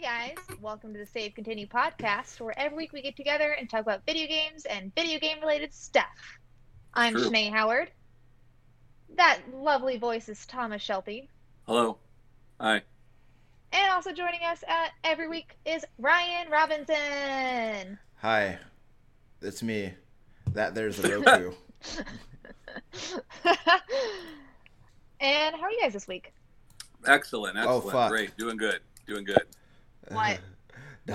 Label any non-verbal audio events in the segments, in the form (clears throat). guys, welcome to the Save Continue podcast, where every week we get together and talk about video games and video game related stuff. I'm True. Shanae Howard. That lovely voice is Thomas Shelby. Hello. Hi. And also joining us uh, every week is Ryan (laughs) Robinson. Hi, it's me. That there's a Roku. and how are you guys this week? Excellent. Excellent. fuck. Great. Doing good. Doing good. What? (laughs)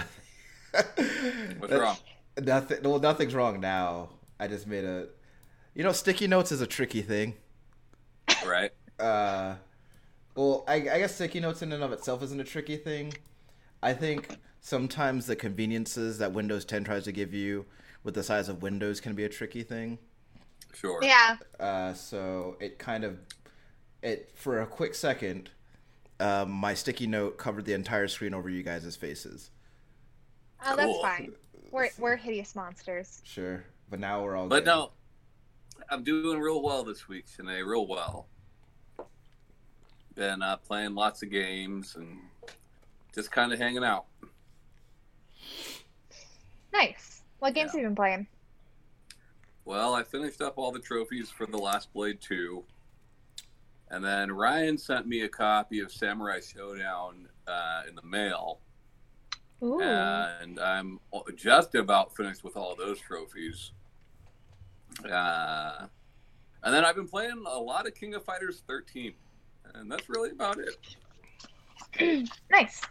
nothing. What's wrong? (laughs) Nothing. Well, nothing's wrong now. I just made a. You know, sticky notes is a tricky thing. Right. Uh, well, I, I guess sticky notes in and of itself isn't a tricky thing. I think sometimes the conveniences that Windows 10 tries to give you with the size of Windows can be a tricky thing. Sure. Yeah. Uh, so it kind of it for a quick second um, my sticky note covered the entire screen over you guys' faces Oh, that's Cool. fine. We're, we're hideous monsters. sure but now we're all But good. no, I'm doing real well this week, Shanae. Real well. Been uh, playing lots of games and just kind of hanging out. Nice. What games Yeah. have you been playing? Well, I finished up all the trophies for The Last Blade 2. And then Ryan sent me a copy of Samurai Showdown uh, in the mail. Ooh. and I'm just about finished with all those trophies. Uh, and then I've been playing a lot of King of Fighters 13, and that's really about it. (clears throat) nice.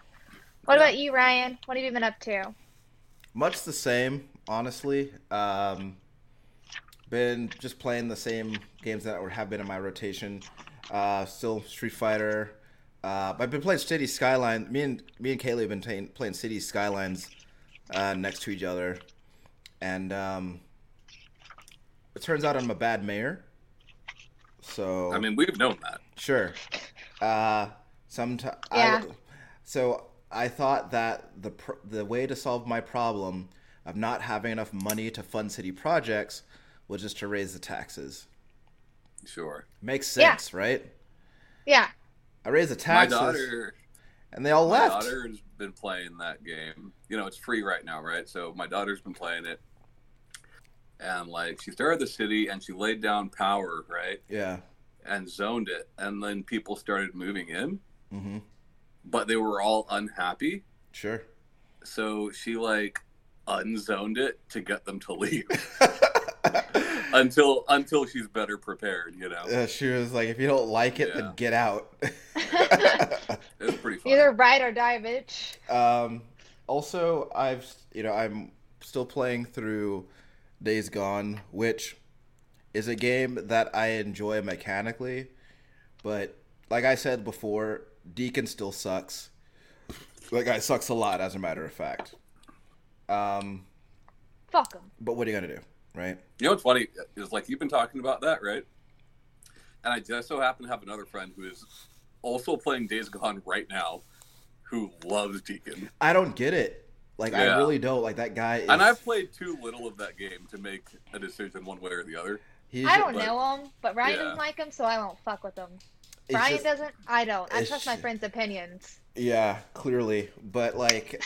What Yeah. about you, Ryan? What have you been up to? much the same honestly um, been just playing the same games that were- have been in my rotation uh, still street fighter uh, but i've been playing city skyline me and me and kaylee have been ta- playing city skylines uh, next to each other and um, it turns out i'm a bad mayor so I mean, we've known that. Sure. Uh, sometimes. Yeah. so I thought that the pr- the way to solve my problem of not having enough money to fund city projects was just to raise the taxes. Sure. Makes Yeah. sense, right? Yeah. I raised the taxes, my daughter, and they all my left. daughter's been playing that game. You know, it's free right now, right? So my daughter's been playing it, and like she started the city and she laid down power, right, Yeah. and zoned it, and then people started moving in, Mm-hmm. but they were all unhappy. Sure. (laughs) so she like unzoned it to get them to (laughs) leave until until she's better prepared you know Uh, she was like, "If you don't like it, Yeah. then get out." (laughs) it was pretty fun Either ride or die, bitch. Um, also, I've you know I'm still playing through Days Gone, which is a game that I enjoy mechanically, but like I said before, Deacon still sucks. That guy sucks a lot, as a matter of fact. Um, Fuck them. but what are you gonna do, right? you know what's funny is like you've been talking about that right and i just so happen to have another friend who is also playing days gone right now who loves deacon I don't get it. Like Yeah. I really don't. Like that guy. Is, and i've played too little of that game to make a decision one way or the other he's I don't but- know them, but Ryan Yeah. doesn't like them, so I won't fuck with them. it's Ryan just- doesn't. I don't. I it's trust my ju- friends' opinions. Yeah, clearly, but like,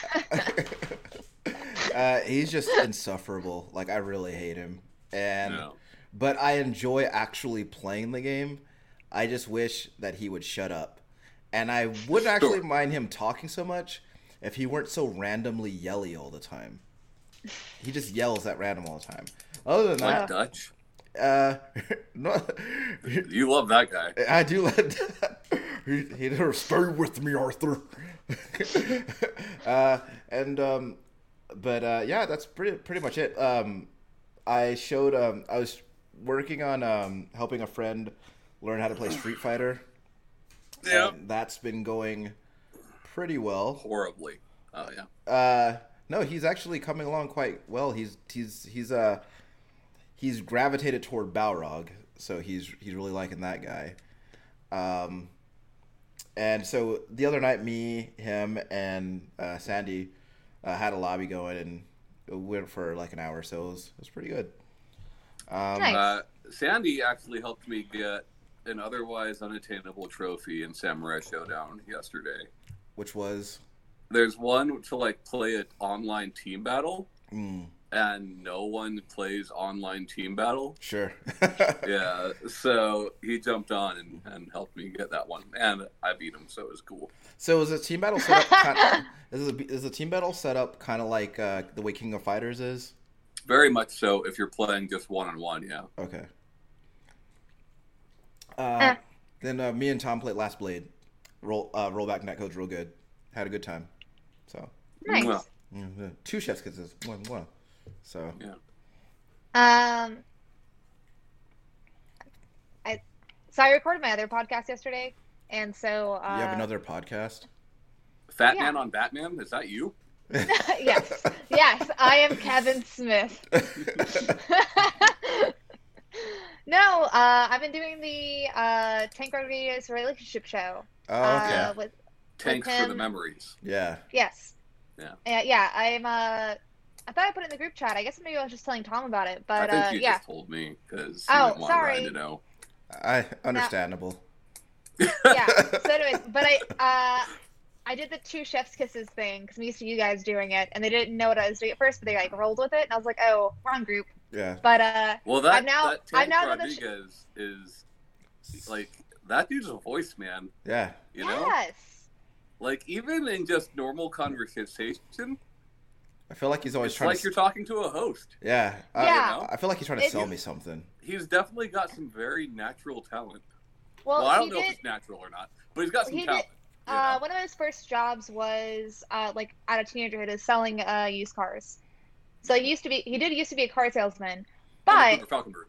uh, he's just insufferable. Like, I really hate him, and No. but I enjoy actually playing the game. I just wish that he would shut up, and I wouldn't actually Sure. mind him talking so much if he weren't so randomly yelly all the time. He just yells at random all the time. Other than like that, dutch uh, (laughs) no, you love that guy I do (laughs) let. he, he never stay with me, Arthur. (laughs) uh, and um, but uh, yeah, that's pretty pretty much it. Um, I showed. Um, I was working on um, helping a friend learn how to play Street Fighter. yeah and that's been going pretty well. horribly oh yeah Uh, no, he's actually coming along quite well. He's he's he's uh he's gravitated toward Balrog, so he's he's really liking that guy. Um, and so the other night, me, him, and uh, Sandy uh, had a lobby going and it went for like an hour, so it was it was pretty good. Um, Nice. Uh, Sandy actually helped me get an otherwise unattainable trophy in Samurai Showdown yesterday. Which was there's one to like play an online team battle, Mm, and no one plays online team battle. sure. (laughs) Yeah, so he jumped on and, and helped me get that one, and I beat him, so it was cool. So is a team battle set up? Kind is, a, is a team battle set up kind of like uh, the way King of Fighters is? Very much so. If you're playing just one on one, yeah. Okay. Uh, Ah. Then uh, me and Tom played Last Blade. Roll uh, rollback netcode's real good. Had a good time. So Nice. Well, mhm. two chefs kisses. One one. So Um, I so I recorded my other podcast yesterday, and so uh, you have another podcast. Fat Yeah. Man on Batman, is that you? uh, (laughs) (laughs) yes, yes, I am Kevin Smith. (laughs) no, uh, I've been doing the uh, Tank Rodriguez relationship show. oh okay. Uh, with Thanks for the him. memories. yeah. yes. Yeah. Yeah. yeah, I'm. Uh, I thought I put it in the group chat. I guess maybe I was just telling Tom about it, but I think uh, you yeah. just told me because Oh, you didn't want Ryan sorry. to know. I understandable. (laughs) (laughs) yeah. So, anyways, but I uh, I did the two chef's kisses thing because I'm used to you guys doing it, and they didn't know what I was doing at first, but they like rolled with it, and I was like, oh, wrong group. Yeah. But uh, Well, that I'm now- that I'm Tank now gonna sh- Rodriguez is like that dude's a voice man. Yeah. You know, yes, like even in just normal conversation, I feel like he's always it's trying like to. you're talking to a host. Yeah. I, Yeah. I feel like he's trying to It's- sell me something. He's definitely got some very natural talent. well, Well, I he don't know did. if it's natural or not, but he's got some he did- talent. you Uh, know? one of his first jobs was uh, like out of teenagerhood is selling uh, used cars. So he used to be he did used to be a car salesman, Under but Cooper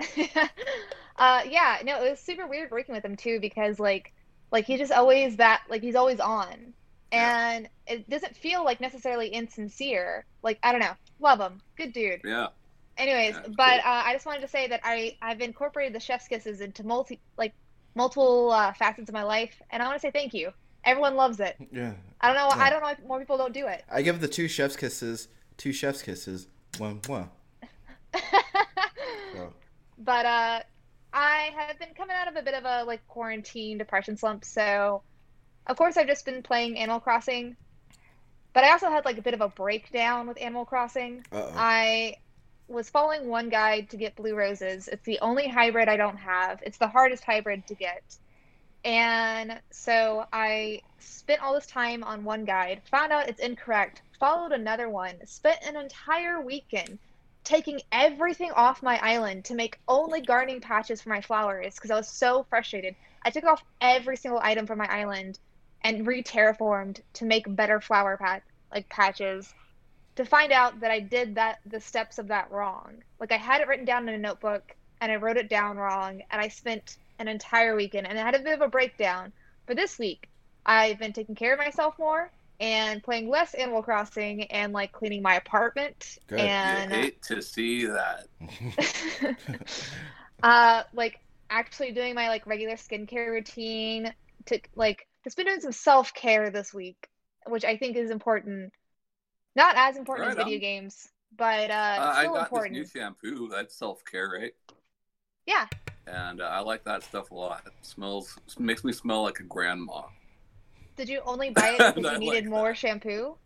Falconberg. (laughs) uh, yeah, no, it was super weird working with him too because like like he just always that like he's always on, Yeah. and it doesn't feel like necessarily insincere. Like I don't know, love him, good dude. yeah, Anyways, Yeah, but uh, I just wanted to say that I I've incorporated the chef's kisses into multi like multiple uh, facets of my life, and I want to say thank you. Everyone loves it. Yeah. I don't know. Yeah. I don't know if more people don't do it. (laughs) I give the two chef's kisses. Two chef's kisses. One one. So, but uh, I have been coming out of a bit of a like quarantine depression slump, so of course I've just been playing Animal Crossing. But I also had like a bit of a breakdown with Animal Crossing. uh I was following one guide to get blue roses. It's the only hybrid I don't have. It's the hardest hybrid to get. And so I spent all this time on one guide, found out it's incorrect, followed another one, spent an entire weekend taking everything off my island to make only gardening patches for my flowers because I was so frustrated. I took off every single item from my island and re-terraformed to make better flower pat like patches to find out that I did that the steps of that wrong. Like I had it written down in a notebook and I wrote it down wrong and I spent an entire weekend and I had a bit of a breakdown. But this week I've been taking care of myself more and playing less Animal Crossing and like cleaning my apartment Good. You and you hate to see that. (laughs) (laughs) uh like actually doing my like regular skincare routine to like just been doing some self-care this week which i think is important not as important as Right on. video games but uh, Uh, I still got important this new shampoo. That's self care, right? Yeah. And uh, I like that stuff a lot. It smells makes me smell like a grandma. did you only buy (laughs) it And because I you needed like more shampoo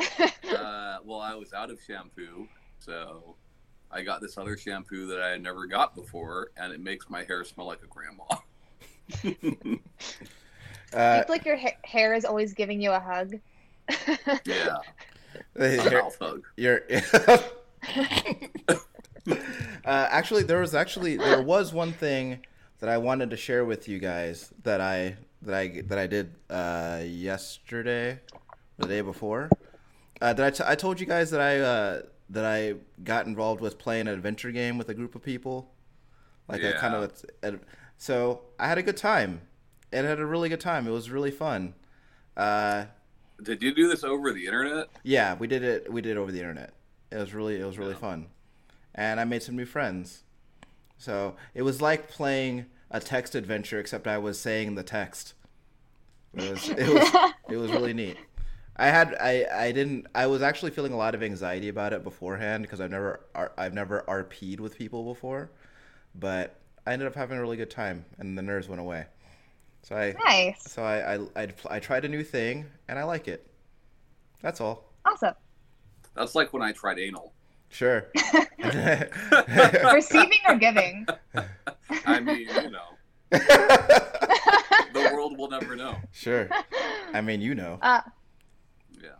uh, well, I was out of shampoo, so I got this other shampoo that I had never got before, and it makes my hair smell like a grandma. Do Uh, (laughs) you feel like your ha- hair is always giving you a hug yeah, (laughs) his a hair- mouth hug. You're. (laughs) uh, actually, there was actually there was one thing that I wanted to share with you guys that I that I that I did uh, yesterday, or the day before. Uh, did I, t- I told you guys that I uh, that I got involved with playing an adventure game with a group of people, like a kind of a, a- so I had a good time, and had a really good time. It was really fun. Uh, Did you do this over the internet? yeah, we did it. We did it over the internet. It was really, it was really Yeah. fun, and I made some new friends. So it was like playing a text adventure, except I was saying the text. It was, it was, it was really neat. I had, I, I didn't. I was actually feeling a lot of anxiety about it beforehand because I've never, R- I've never RP'd with people before, but I ended up having a really good time, and the nerves went away. So I Nice. so I I, I I tried a new thing and I like it. That's all. (laughs) Awesome. That's like when I tried anal. (laughs) Sure. (laughs) Receiving or giving? (laughs) I mean, you know, the world will never know. sure. I mean, you know. Uh, Yeah.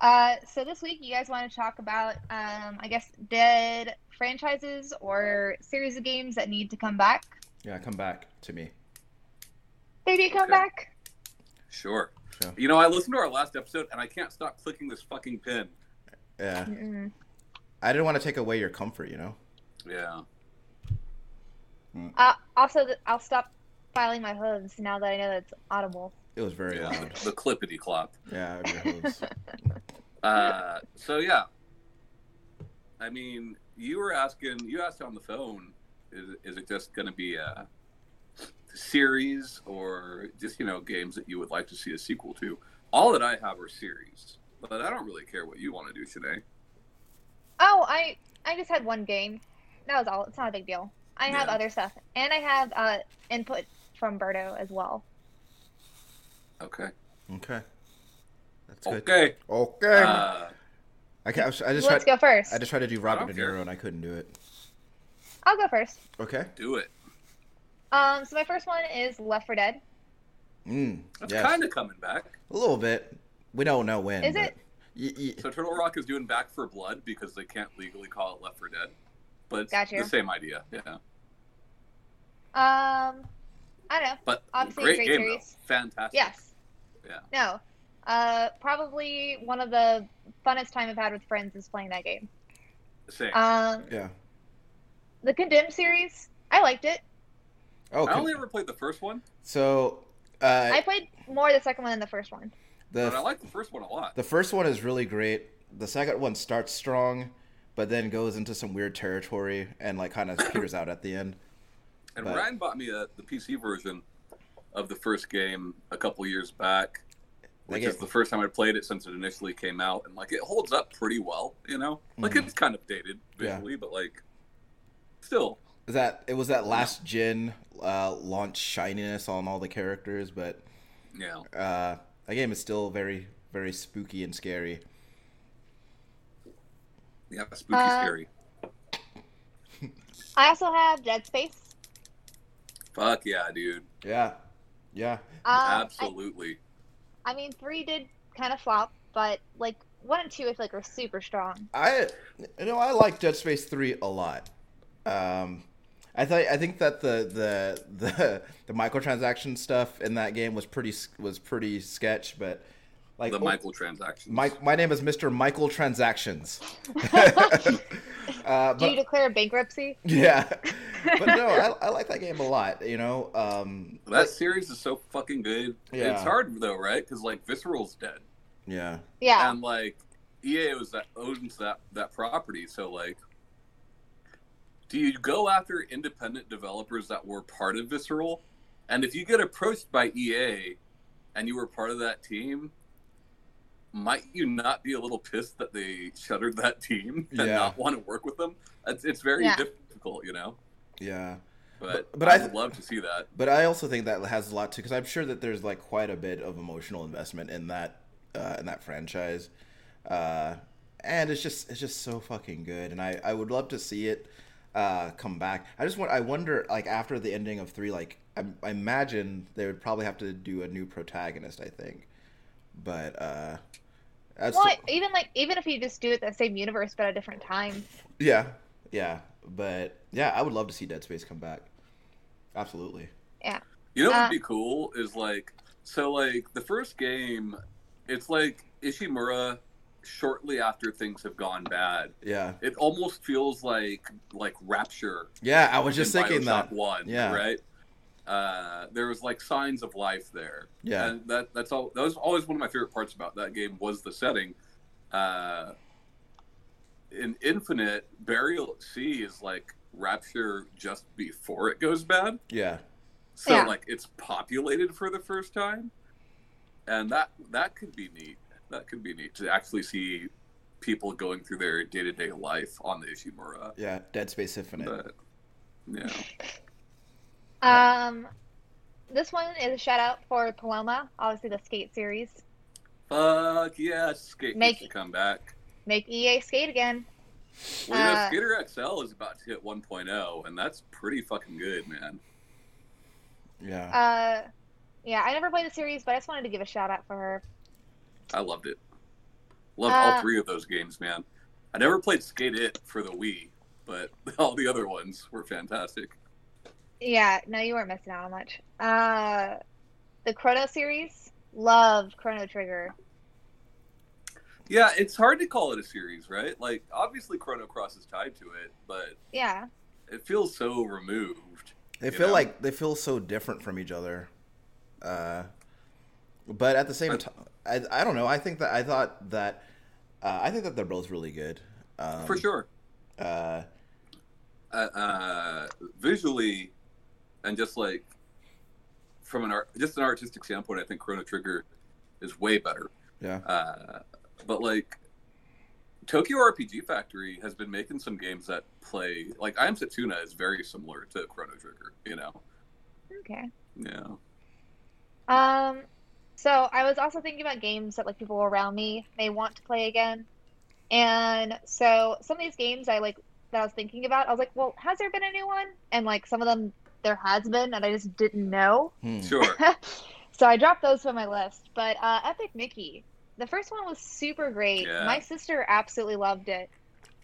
Uh, so this week, you guys want to talk about, um, I guess, dead franchises or series of games that need to come back? Yeah, come back to me. They do come Okay. back. Sure. Sure. You know, I listened to our last episode and I can't stop clicking this fucking pin. Yeah. Mm-mm. I didn't want to take away your comfort, you know. Yeah. Uh, also, th- I'll stop filing my hooves now that I know that's audible. It was very yeah. loud. The, the clippity clop. Yeah, your hooves. Uh, so yeah. I mean, you were asking. You asked on the phone. Is, is it just going to be a series or just you know games that you would like to see a sequel to? All that I have are series, but I don't really care what you want to do today. Oh, I I just had one game. That was all. It's not a big deal. I have Yeah. other stuff, and I have uh, input from Berto as well. Okay. (laughs) Okay. That's good. Okay. Okay. Uh, I, ca- I was- I just Let's tried. go first. I just tried to do Robert don't De care. Niro and I couldn't do it. I'll go first. Okay. do it. Um, so my first one is Left 4 Dead. Mm, That's yes. kind of coming back. A little bit. We don't know when. Is but- it? Y- y- So Turtle Rock is doing Back for Blood because they can't legally call it Left for Dead, but it's Gotcha. the same idea. Yeah. Um, I don't know. But Obviously a great, great game series. though. Fantastic. Yes. Yeah. No. Uh, probably one of the funnest time I've had with friends is playing that game. Same. Um, yeah. the Condemned series, I liked it. Oh, I con- only ever played the first one, so uh, I played more the second one than the first one. the but I like the first one a lot. the first one is really great. The second one starts strong, but then goes into some weird territory and like (coughs) kind of peters out at the end. And but- Ryan bought me a, the PC version of the first game a couple years back, They which get- is the first time I played it since it initially came out, and like it holds up pretty well. You know, like Mhm. it's kind of dated Yeah. visually, but like still, Is that it was that last gen uh, launch shininess on all the characters, but yeah. uh, that game is still very very spooky and scary. Yeah, spooky, Uh, scary. I also have Dead Space. Fuck yeah, dude! Yeah, yeah. Um, I, Absolutely. I mean, three did kind of flop, but like one and two, I feel like are super strong. (laughs) I you know I like Dead Space three a lot. Um, I thought I think that the the the the microtransaction stuff in that game was pretty s- was pretty sketch, but like the oh, Michael transactions. my my name is Mister Michael Transactions. (laughs) uh, Do you but, declare bankruptcy? yeah, but no, I, I like that game a lot. You know, um, That series is so fucking good. Yeah. It's hard though, right? Because like Visceral's dead, yeah, Yeah. and like EA was that owns that that property. So like, do you go after independent developers that were part of Visceral? And if you get approached by EA, and you were part of that team, might you not be a little pissed that they shuttered that team and Yeah. not want to work with them? It's, it's very Yeah. difficult, you know. yeah. But But- but I I'd th- love to see that. But I also think that has a lot to because I'm sure that there's like quite a bit of emotional investment in that uh, in that franchise, uh, and it's just it's just so fucking good, and I, I would love to see it uh, come back. I just want I wonder like after the ending of three, like I, I imagine they would probably have to do a new protagonist. I think, but uh, that's Well, even like even if you just do it the same universe but a different time. yeah, yeah, but yeah, I would love to see Dead Space come back. Absolutely. You know what Uh, would be cool is like so like the first game, it's like Ishimura shortly after things have gone bad. Yeah. It almost feels like like Rapture. Yeah, I was just in thinking Bioshock that. one, Yeah. right. Uh, there was like signs of life there. Yeah. and that that's all. That was always one of my favorite parts about that game was the setting. Uh, in Infinite, Burial at Sea is like Rapture just before it goes bad. Yeah. so Yeah. like it's populated for the first time and that that could be neat that could be neat to actually see people going through their day-to-day life on the ishimura Yeah, Dead Space Infinite. but yeah Um, this one is a shout out for Paloma, obviously the Skate series. Fuck yeah, skate Make- needs to come back. Make EA skate again. Well, you know, Uh, Skater XL is about to hit 1.0, and that's pretty fucking good, man. Yeah. Uh, yeah, I never played the series, but I just wanted to give a shout out for her. I loved it. Loved Uh, all three of those games, man. I never played Skate It for the Wii, but (laughs) all the other ones were fantastic. Yeah, no, you weren't missing out on much. Uh, the Chrono series, love Chrono Trigger. Yeah, it's hard to call it a series, right? Like, obviously, Chrono Cross is tied to it, but Yeah, it feels so removed. They you feel know? like they feel so different from each other. Uh, but at the same But- time, I, I don't know. I think that I thought that uh, I think that they're both really good. Um, for sure. Uh, Uh, uh, visually, and just like from an art, just an artistic standpoint, I think Chrono Trigger is way better. yeah. Uh, but like Tokyo RPG Factory has been making some games that play like I Am Setsuna is very similar to Chrono Trigger, you know. okay. Yeah. Um, so I was also thinking about games that like people around me may want to play again, and so some of these games I like that I was thinking about, I was like, well, has there been a new one? And like some of them there has been, and I just didn't know. (laughs) Hmm. Sure. so I dropped those from my list. But uh, Epic Mickey, the first one was super great. Yeah. My sister absolutely loved it.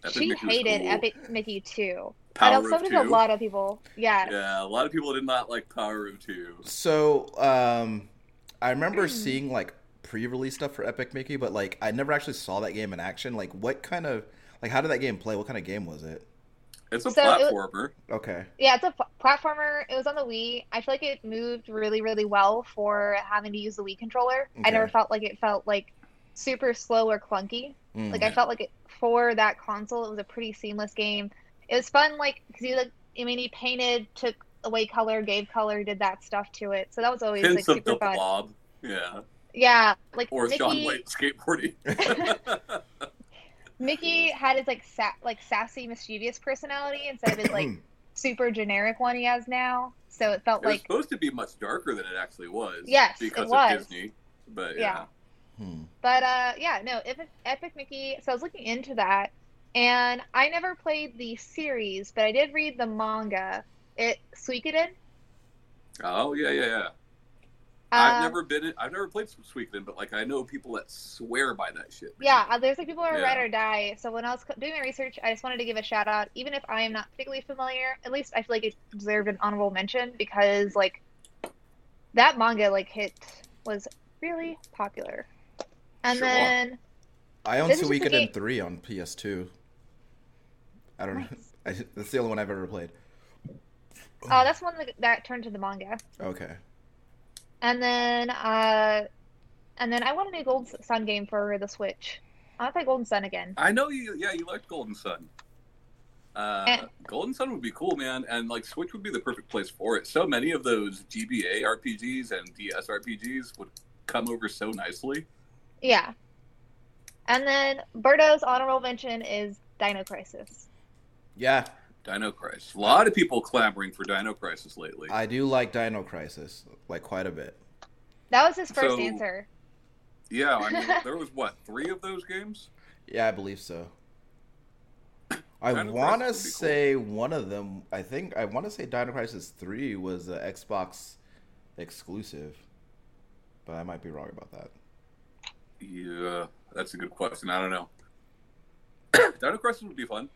Epic she Mickey was hated cool. Epic Mickey too. Power I know so of did Two. a lot of people. Yeah. Yeah, a lot of people did not like Power of Two. So um, I remember seeing like pre-release stuff for Epic Mickey, but like I never actually saw that game in action. Like, what kind of like how did that game play? What kind of game was it? It's a So it- platformer. Okay. Yeah, it's a pl- platformer. It was on the Wii. I feel like it moved really, really well for having to use the Wii controller. I Okay. never felt like it felt like super slow or clunky. Mm. Like I felt like it for that console, it was a pretty seamless game. It was fun, like because you like I mean, he painted, took away color, gave color, did that stuff to it. So that was always like Hints of super the fun. Blob. Yeah. Yeah, like Or Sean Mickey- White skateboarding. Mickey had his like sa- like sassy, mischievous personality instead of his like super generic one he has now. So it felt it was like supposed to be much darker than it actually was. Yes, it Because was. of Disney. But Yeah. yeah. Hmm. But uh, yeah, no, Epic, Epic Mickey. So I was looking into that, and I never played the series, but I did read the manga. It Suikoden. Oh yeah, yeah, yeah. I've never been. In, I've never played Suikoden, but like I know people that swear by that shit. man. Yeah, uh, there's like people who are Yeah. ride or die. So when I was co- doing my research, I just wanted to give a shout out, even if I am not particularly familiar. At least I feel like it deserved an honorable mention because like that manga like hit was really popular. And Sure. then I own This is just a Suikoden game- Oh three on PS2. I don't know. Nice. I, that's the only one I've ever played. oh, that's one that, that turned to the manga. Okay. And then uh and then I want a new Gold Sun game for the Switch. I want to play Golden Sun again. I know you. Yeah, you liked Golden Sun. Uh, Eh. Golden Sun would be cool, man, and like Switch would be the perfect place for it. So many of those GBA RPGs and DS RPGs would come over so nicely. Yeah. And then Birdo's honorable mention is Dino Crisis. Yeah, Dino Crisis. A lot of people clamoring for Dino Crisis lately. I do like Dino Crisis like quite a bit. That was his first So- answer. yeah, I mean, (laughs) there was what three of those games? Yeah, I believe so. I Dino Crisis want would to be cool. say one of them. I think I want to say Dino Crisis Three was a Xbox exclusive, but I might be wrong about that. Yeah, that's a good question. I don't know. (coughs) Dino Crisis would be fun.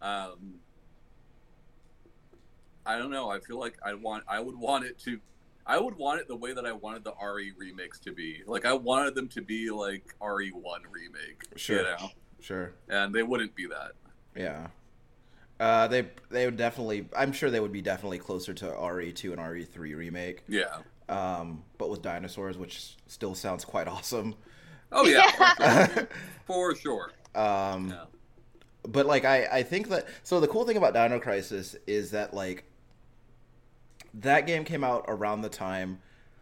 Um, I don't know. I feel like I want. I would want it to. I would want it the way that I wanted the RE remakes to be. Like I wanted them to be like RE one remake. Sure. You know? Sure. And they wouldn't be that. Yeah. Uh, they they would definitely. I'm sure they would be definitely closer to RE2 and RE3 remake. Yeah. Um, but with dinosaurs, which still sounds quite awesome. (laughs) Oh yeah. um, for sure. Yeah. but like I, I think that so the cool thing about Dino Crisis is that like that game came out around the time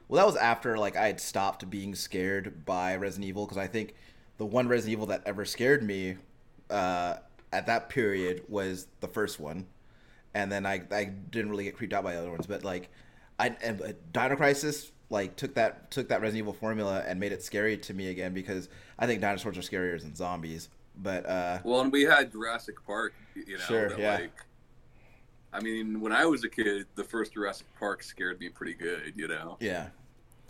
well that was after like I had stopped being scared by Resident Evil because I think the one Resident Evil that ever scared me uh, at that period was the first one and then I I didn't really get creeped out by the other ones but like I and but Dino Crisis like took that took that Resident Evil formula and made it scary to me again because I think dinosaurs are scarier than zombies. But uh, Well, and we had Jurassic Park, you know, Sure, that yeah. like I mean, when I was a kid, the first Jurassic Park scared me pretty good, you know. yeah,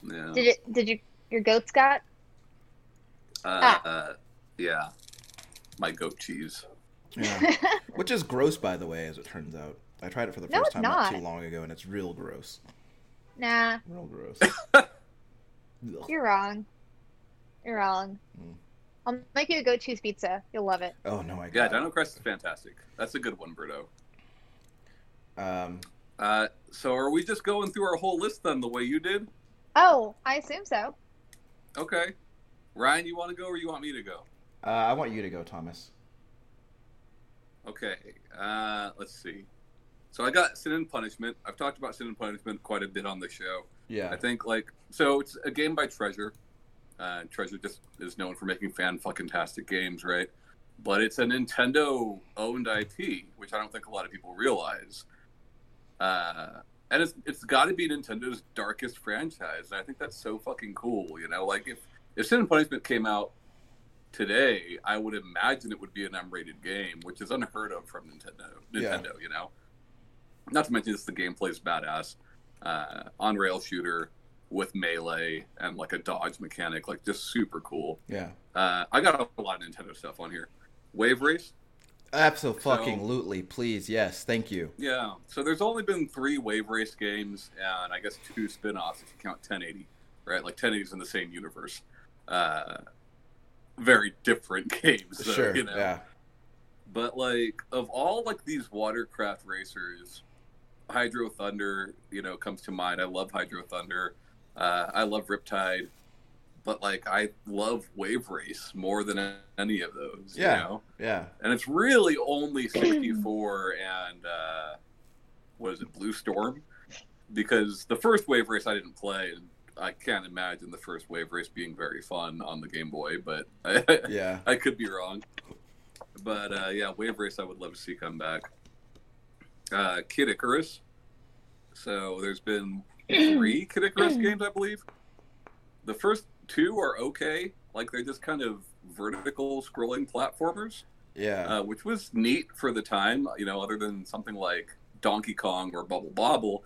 Yeah. Did it? Did you? Your goats got? uh, Ah. uh, yeah. My goat cheese. yeah. which is gross by the way, as it turns out. I tried it for the No, first it's time not. too not. long ago, and it's real gross. (laughs) nah, Real (laughs) gross. Ugh. you're wrong. You're wrong. Mm. I'll make you a goat cheese pizza. You'll love it. oh no, I Yeah, got Dino Crisis is fantastic. That's a good one, Berto. it. Um, Uh, so are we just going through our whole list then the way you did? Oh, I assume so. Okay. Ryan, you want to go or you want me to go? uh, I want you to go, Thomas. Okay. Uh, let's see. So I got Sin and Punishment. I've talked about Sin and Punishment quite a bit on the show. I Yeah, think like so it's a game by Treasure. Uh, Treasure just is known for making fan fucking tastic games, right? But it's a Nintendo owned IP, which I don't think a lot of people realize. Uh, and it's it's got to be Nintendo's darkest franchise, and I think that's so fucking cool. You know, like if if Sin and Punishment came out today, I would imagine it would be an M-rated game, which is unheard of from Nintendo. Yeah. Nintendo, you know. Not to mention, it's the gameplay's badass. Uh, on rail shooter with melee and like a dodge mechanic, like just super cool. yeah, Uh, I got a lot of Nintendo stuff on here. Wave Race, absolutely. Please, yes, thank you. yeah. So there's only been three Wave Race games, and I guess two spin-offs if you count 1080, right? Like 1080 is in the same universe. Uh, very different (laughs) games, though, sure, You know? yeah, But like of all like these watercraft racers, Hydro Thunder, you know, comes to mind. I love Hydro Thunder. Uh, I love Riptide, but like I love Wave Race more than any of those. Yeah. You know? yeah. And it's really only 64 and uh, what is it, Blue Storm? Because the first Wave Race I didn't play, and I can't imagine the first Wave Race being very fun on the Game Boy. But (laughs) Yeah. I could be wrong. But uh, yeah, Wave Race I would love to see come back. Uh, Kid Icarus. So there's been three Kid Icarus games, I believe. The first two are okay. Like they're just kind of vertical scrolling platformers, Yeah. uh, which was neat for the time. You know, other than something like Donkey Kong or Bubble Bobble,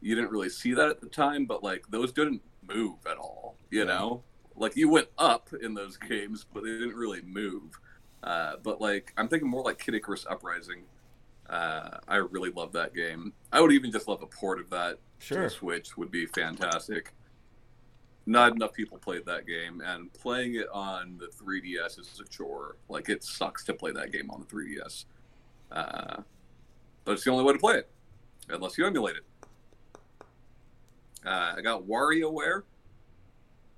you didn't really see that at the time. But like those didn't move at all. You Yeah. know, like you went up in those (laughs) games, but they didn't really move. Uh, but like I'm thinking more like Kid Icarus Uprising. Uh, I really love that game. I would even just love a port of that to sure. the Switch would be fantastic. Not enough people played that game, and playing it on the 3DS is a chore. Like it sucks to play that game on the 3DS, uh, but it's the only way to play it, unless you emulate it. Uh, I got WarioWare,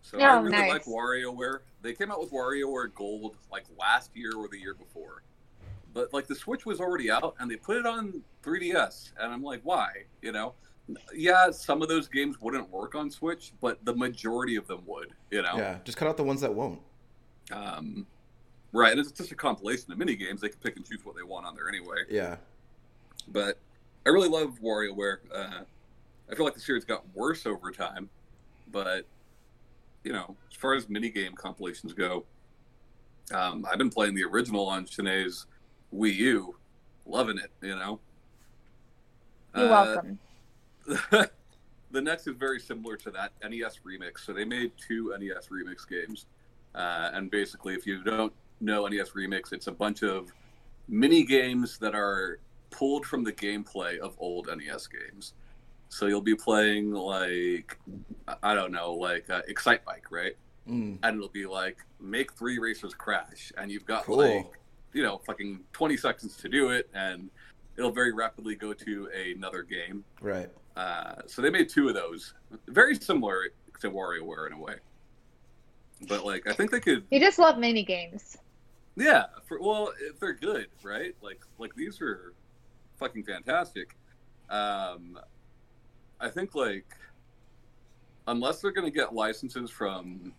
so I Oh, really nice. like WarioWare. They came out with WarioWare Gold like last year or the year before, but like the Switch was already out, and they put it on 3DS, and I'm like, why? You know yeah, some of those games wouldn't work on Switch, but the majority of them would, you know? Yeah. Just cut out the ones that won't. Um, right. And it's just a compilation of mini games. They can pick and choose what they want on there anyway. Yeah. But I really love WarioWare. Uh, I feel like the series got worse over time, but, you know, as far as mini game compilations go, um, I've been playing the original on Shanae's Wii U, loving it, you know? You're Uh, welcome. the next is very similar to that NES remix. So they made two NES remix games, uh, and basically, if you don't know NES remix, it's a bunch of mini games that are pulled from the gameplay of old NES games. So you'll be playing like I- I don't know, like uh, Excite Bike, right? Mm. And it'll be like make three racers crash, and you've got Cool. like you know fucking twenty seconds to do it, and it'll very rapidly go to another game. Right. Uh, so they made two of those, very similar to WarioWare in a way. But like, I think they could, You just love mini games. yeah. For, well, if they're good, right? Like, like these are fucking fantastic. Um, I think like, unless they're going to get licenses from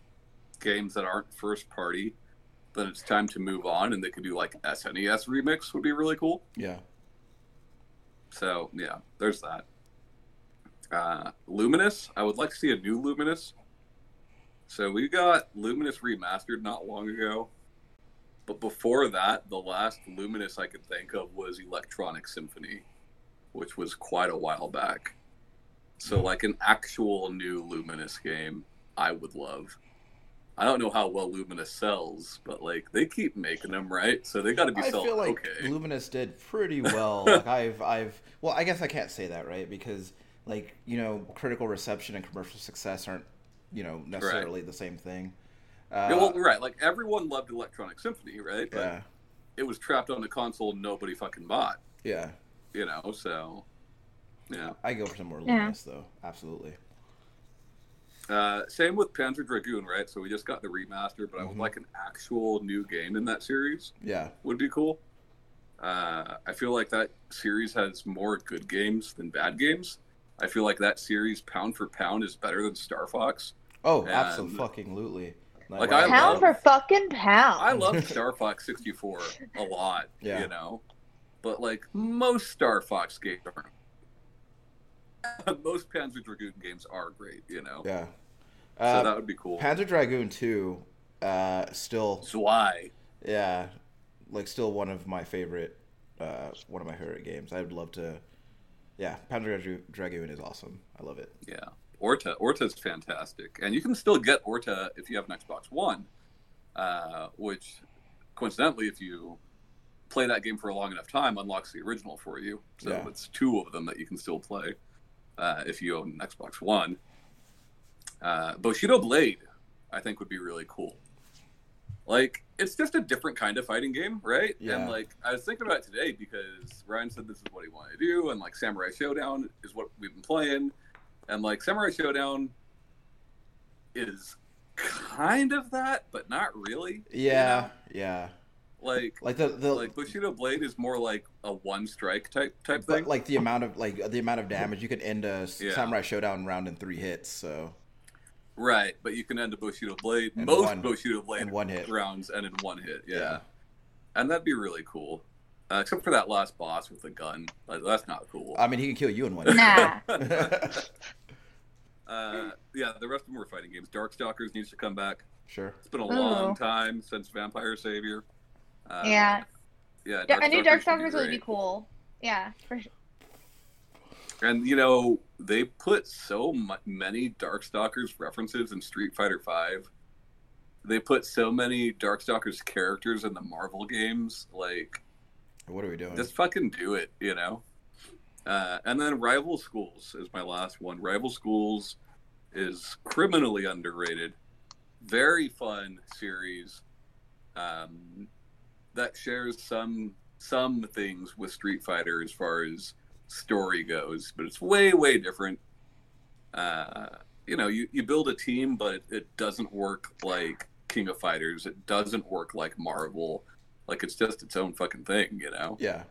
games that aren't first party, then it's time to move on, and they could do like SNES remix would be really cool. Yeah. So yeah, there's that. uh, Luminous. I would like to see a new Luminous. So we got Luminous remastered not long ago, but before that, the last Luminous I could think of was Electronic Symphony, which was quite a while back. Hmm. So like an actual new Luminous game, I would love. I don't know how well Luminous sells, but like they keep making them, right? So they got to be I selling. feel like okay. Luminous did (laughs) pretty well. like I've, I've, well, I guess I can't say that, right? Because like you know, critical reception and commercial success aren't you know necessarily the same thing. Uh, Yeah, well, right. Like everyone loved Electronic Symphony, right? But yeah, it was trapped on the console nobody fucking bought, yeah. you know? So, yeah. I go for some more Yeah. Luminous though. Absolutely. Uh, same with Panzer Dragoon, right? So we just got the remaster, but I would Mhm. like an actual new game in that series. Yeah. Would be cool. Uh, I feel like that series has more good games than bad games. I feel like that series, pound for pound, is better than Star Fox. Oh, And- absolutely. Like, I pound love- for fucking pound. (laughs) I love Star Fox 64 a lot, Yeah. you know, but like most Star Fox games aren't. (laughs) most Panzer Dragoon games are great, you know. Yeah. so Uh, that would be cool. Panzer Dragoon 2, uh, still, Zwei. yeah, like still one of my favorite, uh, one of my favorite games. I would love to, yeah, Panzer Drag- Dragoon is awesome. I love it. Yeah. Orta. Orta's fantastic. And you can still get Orta if you have an Xbox One, uh, which coincidentally, if you play that game for a long enough time, unlocks the original for you. So Yeah. it's two of them that you can still play uh, if you own an Xbox One. Uh, Bushido Blade, I think, would be really cool. Like, it's just a different kind of fighting game, right? Yeah. And, like, I was thinking about it today because Ryan said this is what he wanted to do, and, like, Samurai Showdown is what we've been playing. And, like, Samurai Showdown is kind of that, but not really. you Yeah, know? yeah. Like, Like the, the, like Bushido Blade is more like a one strike type type but thing. like the amount of, like the amount of damage you could end a s- Yeah. Samurai Showdown round in three hits, so, right, but you can end a Bushido Blade. In Most one- Bushido Blade in one hit. rounds and in one hit. Yeah. Yeah. And that'd be really cool. Uh, except for that last boss with the gun. Like, that's not cool. I mean, he can kill you in one (laughs) nah. hit. (laughs) Uh, yeah, the rest of them were fighting games. Darkstalkers needs to come back. sure. It's been a Ooh. long time since Vampire Savior. Uh, yeah. Yeah. I knew Darkstalkers should would be great. cool. Yeah. For sure. And you know, they put so mu- many Darkstalkers references in Street Fighter Five. They put so many Darkstalkers characters in the Marvel games. Like, What are we doing? just fucking do it, you know. Uh, and then Rival Schools is my last one. Rival Schools is criminally underrated. Very fun series um, that shares some some things with Street Fighter as far as story goes, but it's way way different. Uh, you know, you, you build a team, but it, it doesn't work like King of Fighters. It doesn't work like Marvel. Like it's just its own fucking thing, you know. Yeah.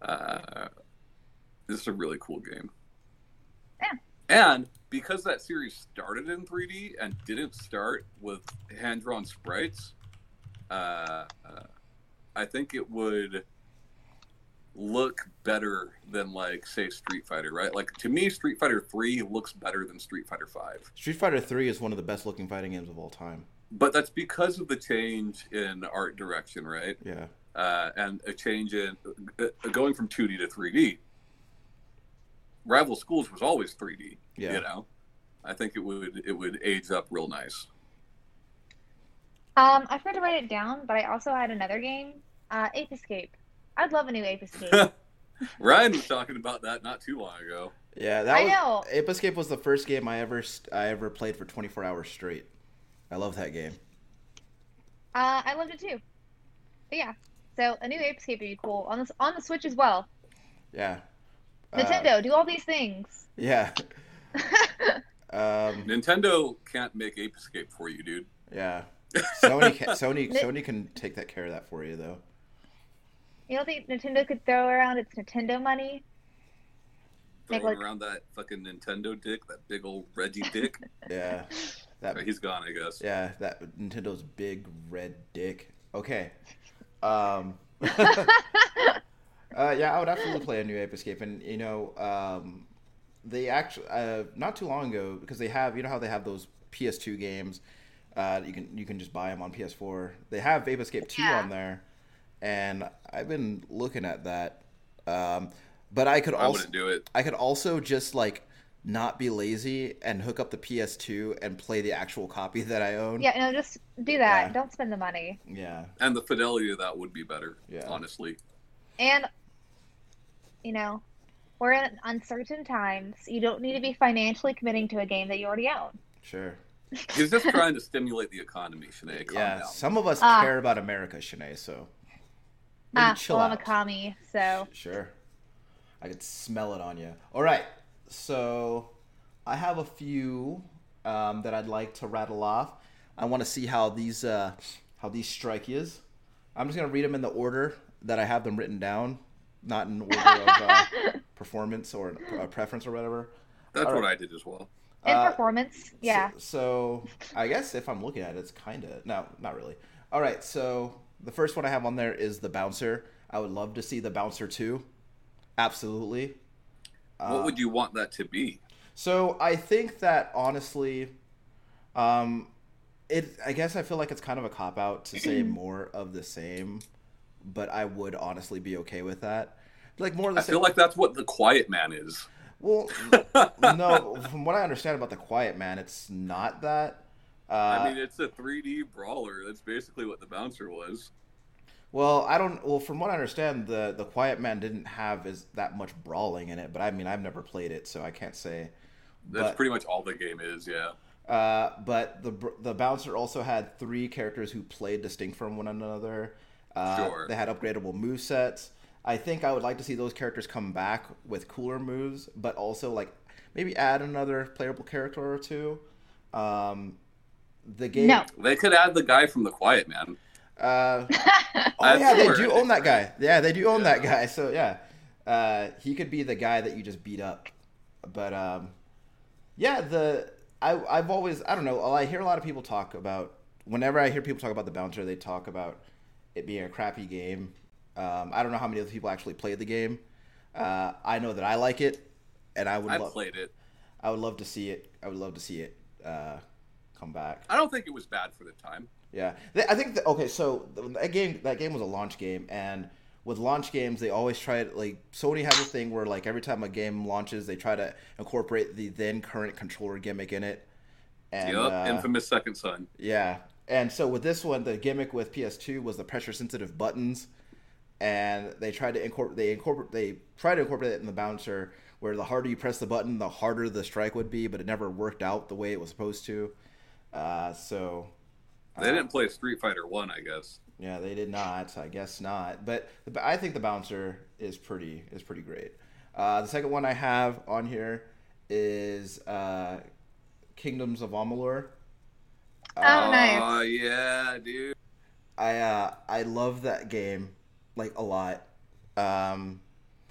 Uh, this is a really cool game. Yeah. And because that series started in 3D and didn't start with hand drawn sprites, uh, uh, I think it would look better than, like, say, Street Fighter, right? Like, to me, Street Fighter 3 looks better than Street Fighter 5. Street Fighter 3 is one of the best looking fighting games of all time. But that's because of the change in art direction, right? Yeah. uh, and a change in uh, going from 2D to 3D. Rival Schools was always 3D. Yeah. You know, I think it would it would age up real nice. Um, I forgot to write it down, but I also had another game, uh, Ape Escape. I'd love a new Ape Escape. Uh, Ryan was talking about that not too long ago. Yeah, that I was know. Ape Escape was the first game I ever st- I ever played for 24 hours straight. I love that game. Uh, I loved it too. But yeah. So a new Ape Escape would be cool on this on the Switch as well. Yeah. Uh, Nintendo, do all these things. (laughs) yeah. um, Nintendo can't make Ape Escape for you, dude. yeah. Sony can, Sony Ni- Sony can take that care of that for you though. You don't think Nintendo could throw around its Nintendo money? Make Throwing like- around that fucking Nintendo dick, that big old Reggie dick. Yeah. That Uh, He's gone, I guess. yeah, that Nintendo's big red dick. Okay. Um (laughs) Uh, yeah, I would absolutely play a new Ape Escape, and you know, um, they actually uh, not too long ago because they have you know how they have those PS2 games. Uh, you can you can just buy them on PS4. They have Vape Escape 2 Yeah. on there, and I've been looking at that. Um, but I could I also wouldn't do it. I could also just like not be lazy and hook up the PS2 and play the actual copy (laughs) that I own. Yeah, no, just do that. Yeah. Don't spend the money. Yeah. And the fidelity of that would be better, Yeah. honestly. And you know, we're in uncertain times. You don't need to be financially committing to a game that you already own. Sure. He's just trying to stimulate the economy, Shanae. Calm yeah. down. Some of us Ah. care about America, Shanae. So maybe Ah, chill well, I'm a out. commie, so Sure. I could smell it on you. All right. So I have a few um, that I'd like to rattle off. I want to see how these uh, how these strike yous. I'm just gonna read them in the order that I have them written down, not in order of uh, performance or uh, preference or whatever. That's all what I did as well. in Uh, performance, yeah. So, so I guess if I'm looking at it, it's kind of no, not really. All right. So the first one I have on there is the bouncer. I would love to see the bouncer too. Absolutely. Uh, what would you want that to be? So I think that honestly, um, it. I guess I feel like it's kind of a cop out (clears throat) to say more of the same, but I would honestly be okay with that. Like more of the I same. feel like that's what the quiet man is. well, (laughs) no. From what I understand about the Quiet Man, it's not that. Uh, I mean, it's a 3D brawler. That's basically what the bouncer was. Well, I don't. Well, from what I understand, the the Quiet Man didn't have as that much brawling in it. But I mean, I've never played it, so I can't say. That's But- pretty much all the game is. Yeah. Uh, but the br- the bouncer also had three characters who played distinct from one another. Uh, Sure. They had upgradable move sets. I think I would like to see those characters come back with cooler moves, but also like maybe add another playable character or two. Um, the game. No. They could add the guy from the Quiet Man. Uh, Oh That's yeah, they where do it own is, that guy. Yeah, they do own that Yeah. guy. So yeah, uh, he could be the guy that you just beat up. But um, yeah, the I I've always I don't know. I hear a lot of people talk about whenever I hear people talk about the bouncer, they talk about it being a crappy game. Um, I don't know how many other people actually played the game. Uh, I know that I like it, and I would I love played it. I would love to see it. I would love to see it uh, come back. I don't think it was bad for the time. Yeah, Th- I think that, okay. So th- that game, that game was a launch game, and with launch games, they always try to like Sony has a thing where like every time a game launches, they try to incorporate the then current controller gimmick in it. And, yep. uh, Infamous Second Son. yeah, and so with this one, the gimmick with PS2 was the pressure sensitive buttons, and they tried to incorporate they incorporate they tried to incorporate it in the bouncer where the harder you press the button, the harder the strike would be, but it never worked out the way it was supposed to. Uh, so uh, They didn't play Street Fighter One, I guess. yeah, they did not. I guess not. But, but I think the bouncer is pretty is pretty great. Uh, the second one I have on here is uh, Kingdoms of Amalur. uh, Oh, nice. Aw, yeah, dude. I uh, I love that game like a lot. Um,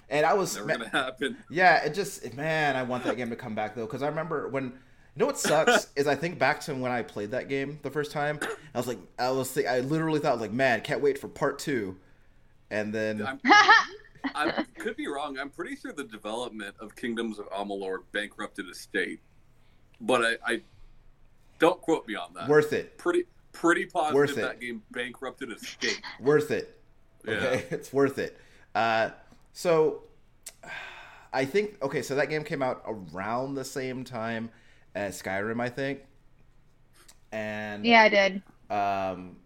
and I was Never gonna (laughs) happen. Yeah, it just man, I want that game to come back though because I remember when. You know (laughs) what sucks is I think back to when I played that game the first time. I was like, I was think, I literally thought like, man, can't wait for part two, and then I'm, I could be wrong. I'm pretty sure the development of Kingdoms of Amalur bankrupted a state, but I, I don't quote me on that. worth it, pretty pretty positive Worth it. that game bankrupted a state. worth it. Okay, (laughs) it's worth it. Uh, so I think okay, so that game came out around the same time as Skyrim, I think. And yeah, I did. um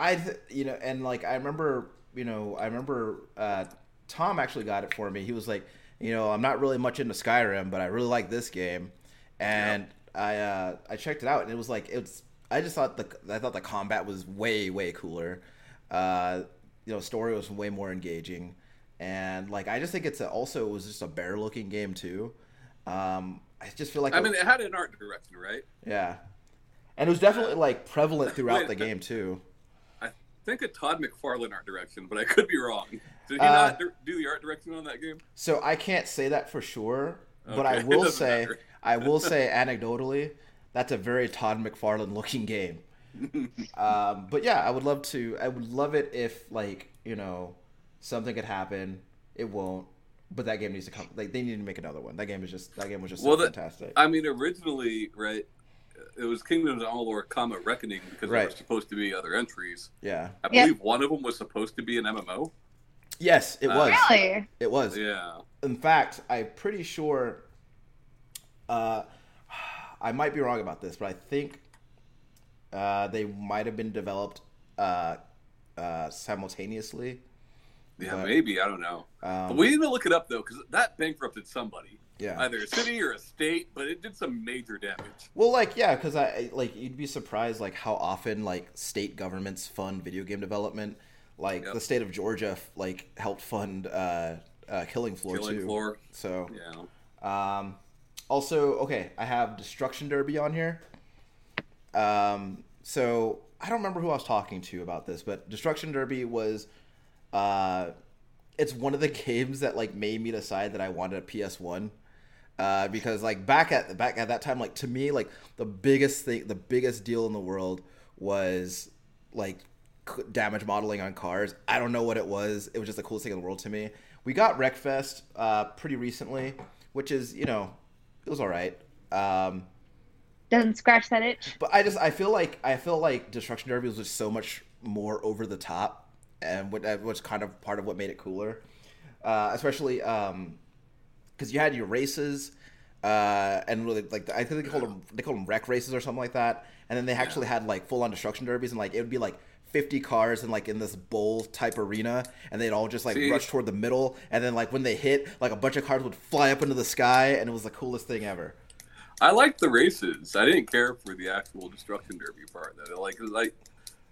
i th- you know and like i remember you know i remember uh tom actually got it for me he was like you know i'm not really much into skyrim but i really like this game and i uh i checked it out and it was like it was i just thought the i thought the combat was way way cooler uh you know story was way more engaging and like i just think it's a, also it was just a better looking game too um i just feel like I it- mean, it had an art direction, right? yeah. And it was definitely like (laughs) prevalent throughout Wait, the but- game too. I think a Todd McFarlane art direction, but I could be wrong. Did he Uh, not dir- do the art direction on that game? So I can't say that for sure, but I Okay, (laughs) will doesn't say matter. (laughs) I will say anecdotally that's a very Todd McFarlane looking game. um, but yeah, I would love to I would love it if like, you know, something could happen. It won't. but that game needs to come. Like they need to make another one. That game is just that game was just Well, so that- fantastic. I mean, originally, right? It was Kingdoms of Amalur: Comma Reckoning because there were Right. supposed to be other entries. yeah. I Yeah. believe one of them was supposed to be an MMO. Yes, it Uh, was. Really? It was. Yeah, In fact, I'm pretty sure. Uh, I might be wrong about this, but I think uh, they might have been developed uh, uh, simultaneously. yeah, But- maybe I don't know. Um, we need to look it up though because that bankrupted somebody, yeah. either a city or a state, but it did some major damage. Well, like yeah, because I I- like you'd be surprised like how often like state governments fund video game development. Like Yep. the state of Georgia f- like helped fund uh, uh, Killing Floor Killing too. floor. So Yeah. um, also okay, I have Destruction Derby on here. Um, so I don't remember who I was talking to about this, but Destruction Derby was uh, it's one of the (laughs) games that like made me decide that I wanted a PS One. Uh, because like back at back at that time, like to me, like the biggest thing, the biggest deal in the world was like c- damage modeling on cars. I don't know what it was. It was just the coolest thing in the world to me. We got Wreckfest uh, pretty recently, which is you know it was all right. Um, Doesn't scratch that itch. but I just I feel like I feel like Destruction Derby was just so much more over the top, and what that was kind of part of what made it cooler, uh, especially because you had your races, uh, and really like I think they called them they called them wreck races or something like that, and then they actually had like full on Destruction Derbies, and like it would be like. 50 cars and like in this bowl type arena and they'd all just like See? rush toward the middle and then like when they hit like a bunch of cars would fly up into the sky and it was the coolest thing ever I liked the races. I didn't care for the actual destruction derby part though. Like, it was like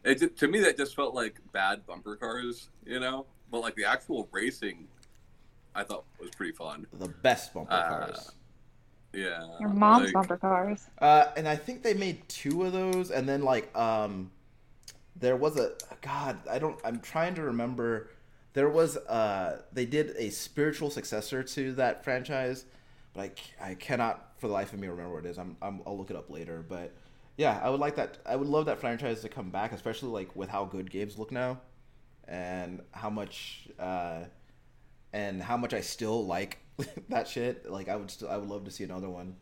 it, ju- to me, that just felt like bad bumper cars, you know. But like the actual racing, I thought was pretty fun. the best bumper Uh, cars Yeah, Your mom's like, bumper cars. Uh, and I think they made two of those, and then like um, there was a God. I don't. I'm trying to remember. There was uh, they did a spiritual successor to that franchise, but I, c- I cannot for the life of me remember what it is. I'm, I'm I'll look it up later, but yeah, I would like that. I would love that franchise to come back, especially like with how good games look now, and how much uh, and how much I still like (laughs) that shit. Like I would still I would love to see another one.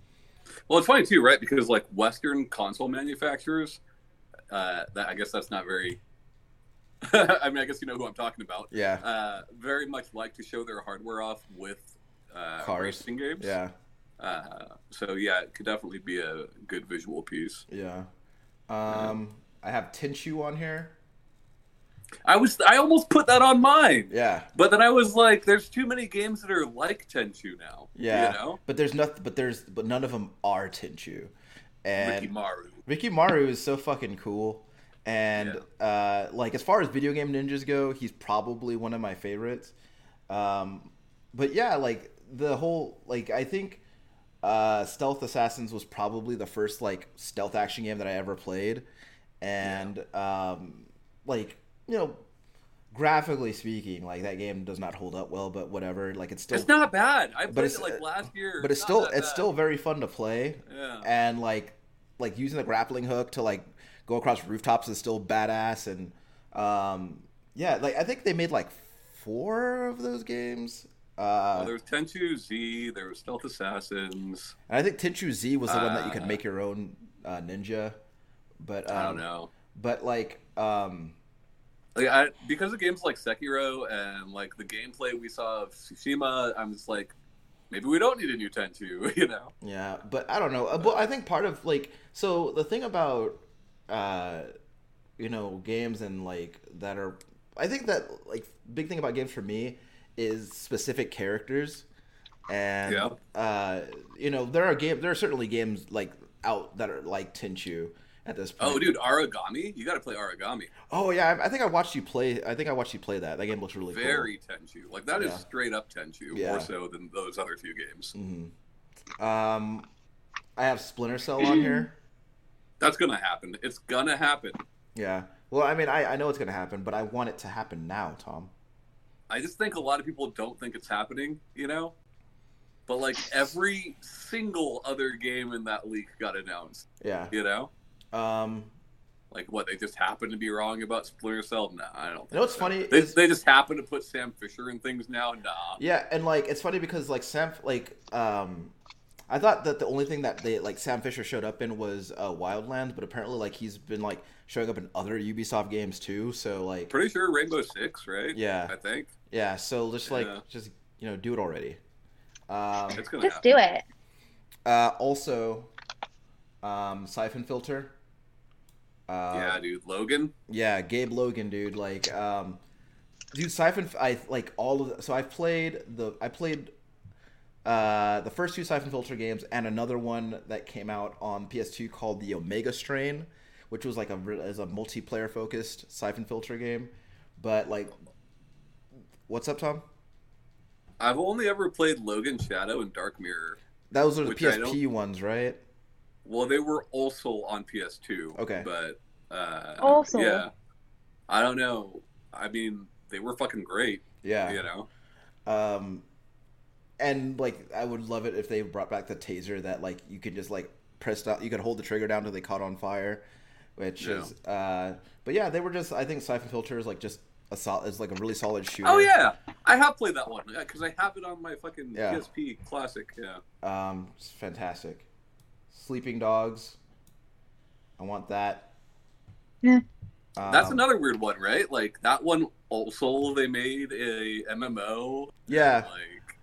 Well, it's funny too, right? Because like Western console manufacturers, uh, that, I guess that's not very. (laughs) I mean, I guess you know who I'm talking about. Yeah. Uh, very much like to show their hardware off with uh, Cars. racing games. Yeah, Uh, so yeah, it could definitely be a good visual piece. yeah. Um, I have Tinchu on here. I was I almost put that on mine, Yeah, but then I was like, there's too many games that are like Tenchu now. yeah. you know, But there's nothing. But there's but none of them are Tinchu. And Ricky Maru. Ricky Maru is so fucking cool. And uh, like as far as video game ninjas go, he's probably one of my favorites. Um, but yeah, like the whole like I think uh, Stealth Assassins was probably the first like stealth action game that I ever played, and um, like you know, graphically speaking, like that game does not hold up well, but whatever. Like it's still, It's not bad. I played it's- uh, it like last year, but it's not still that it's bad. still very fun to play yeah. and like like using the grappling hook to like go across rooftops is still badass and um yeah like i think they made like four of those games uh Well, there was Tenchu Z. There was Stealth Assassins. and i think tinchu z was the one that you could Uh, make your own uh, ninja but um, I don't know. but like um Like, I, because of games like Sekiro and like the gameplay we saw of Tsushima, I'm just like, maybe we don't need a new Tenchu. (laughs) You know? Yeah, but I don't know. Uh, But I think part of like so the thing about uh you know games and like that are I think that like big thing about games for me is specific characters and Yeah. uh you know there are game there are certainly games like out that are like Tenchu at this point. Oh, dude, Origami. You got to play Origami. Oh yeah, I, I think I watched you play. I think I watched you play that. That game looks really Very Tenchu. Like that is Yeah. straight up Tenchu, Yeah. more so than those other two games. cool. Mm-hmm. Um, I have Splinter Cell (clears throat) on here. That's gonna happen. It's gonna happen. Yeah. Well, I mean, I, I know it's going to happen, but I want it to happen now, Tom. I just think a lot of people don't think it's happening. You know. But like every single other game in that leak got announced, Yeah. you know, Um, Like what? They just happen to be wrong about Splinter Cell? Nah, I don't. Think You know what's so. funny They, is- they just happen to put Sam Fisher in things now. Nah. Yeah, and like it's funny because like Sam like um I thought that the only thing that they like Sam Fisher showed up in was uh Wildlands, but apparently like he's been like showing up in other Ubisoft games too, so like Pretty sure Rainbow Six, right? yeah. I think Yeah, so just like Yeah. just you know, do it already. Um it's gonna Just happen. do it. uh also um Siphon Filter. Uh yeah, dude. Logan. Yeah, Gabe Logan, dude. Like, um, dude, Siphon. I like all of. The, so I played the. I played uh, the first two Siphon Filter games and another one that came out on PS2 called the Omega Strain, which was like a re- as a multiplayer focused Siphon Filter game. But like, what's up, Tom? I've only ever played Logan Shadow and Dark Mirror. Those are the Which I PSP ones, right? Well, they were also on PS2. Okay. But uh, Also. yeah, I don't know. I mean, they were fucking great. You know, Um, and like I would love it if they brought back the taser that like you can just like press down, you could hold the trigger down till they caught on fire, which Yeah. is uh. But yeah, they were just I think Siphon Filter is like just a solid is like a really solid shooter. Oh yeah, I have played that one because I have it on my fucking Yeah. PSP Classic. Yeah, Um, it's fantastic. Sleeping Dogs. I want that. Yeah. Um, that's another weird one, right? Like that one also they made a MMO. Yeah, Like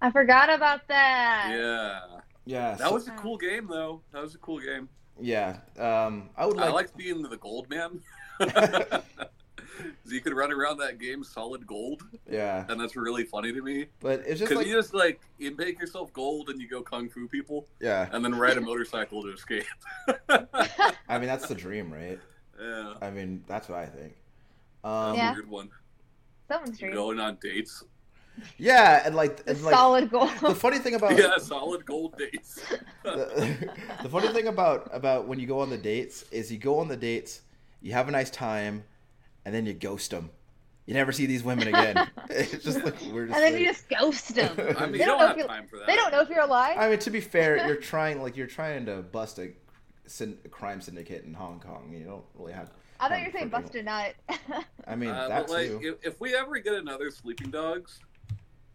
I forgot about that. yeah, yeah, that so- was a cool game though. That was a cool game. yeah. Um, I would I like. liked being the gold man. (laughs) (laughs) So you could run around that game solid gold, yeah, and that's really funny to me. but it's just Because like you just like you make yourself gold and you go kung fu people, yeah. and then ride a motorcycle to escape. (laughs) I mean, that's the dream, right? yeah, I mean, that's what I think. that's Um, a Yeah. weird one. Someone's You're dream. going on dates. Yeah, and like, The and like solid (laughs) goal. (laughs) the funny thing about (laughs) Yeah, solid gold (laughs) dates. the, (laughs) the funny thing about about when you go on the dates is you go on the dates, you have a nice time, and then you ghost them. You never see these women (laughs) again. (laughs) it's just like we're and just. then like- you just ghost them. (laughs) I mean, They don't you don't know have if you- time for that. they don't know if you're alive. (laughs) I mean, to be (laughs) fair, you're trying like you're trying to bust a, syn- a crime syndicate in Hong Kong. You don't really have. I thought I'm you were saying pretty- bust a nut. I mean, Uh, that but like, too. if, if we ever get another Sleeping Dogs,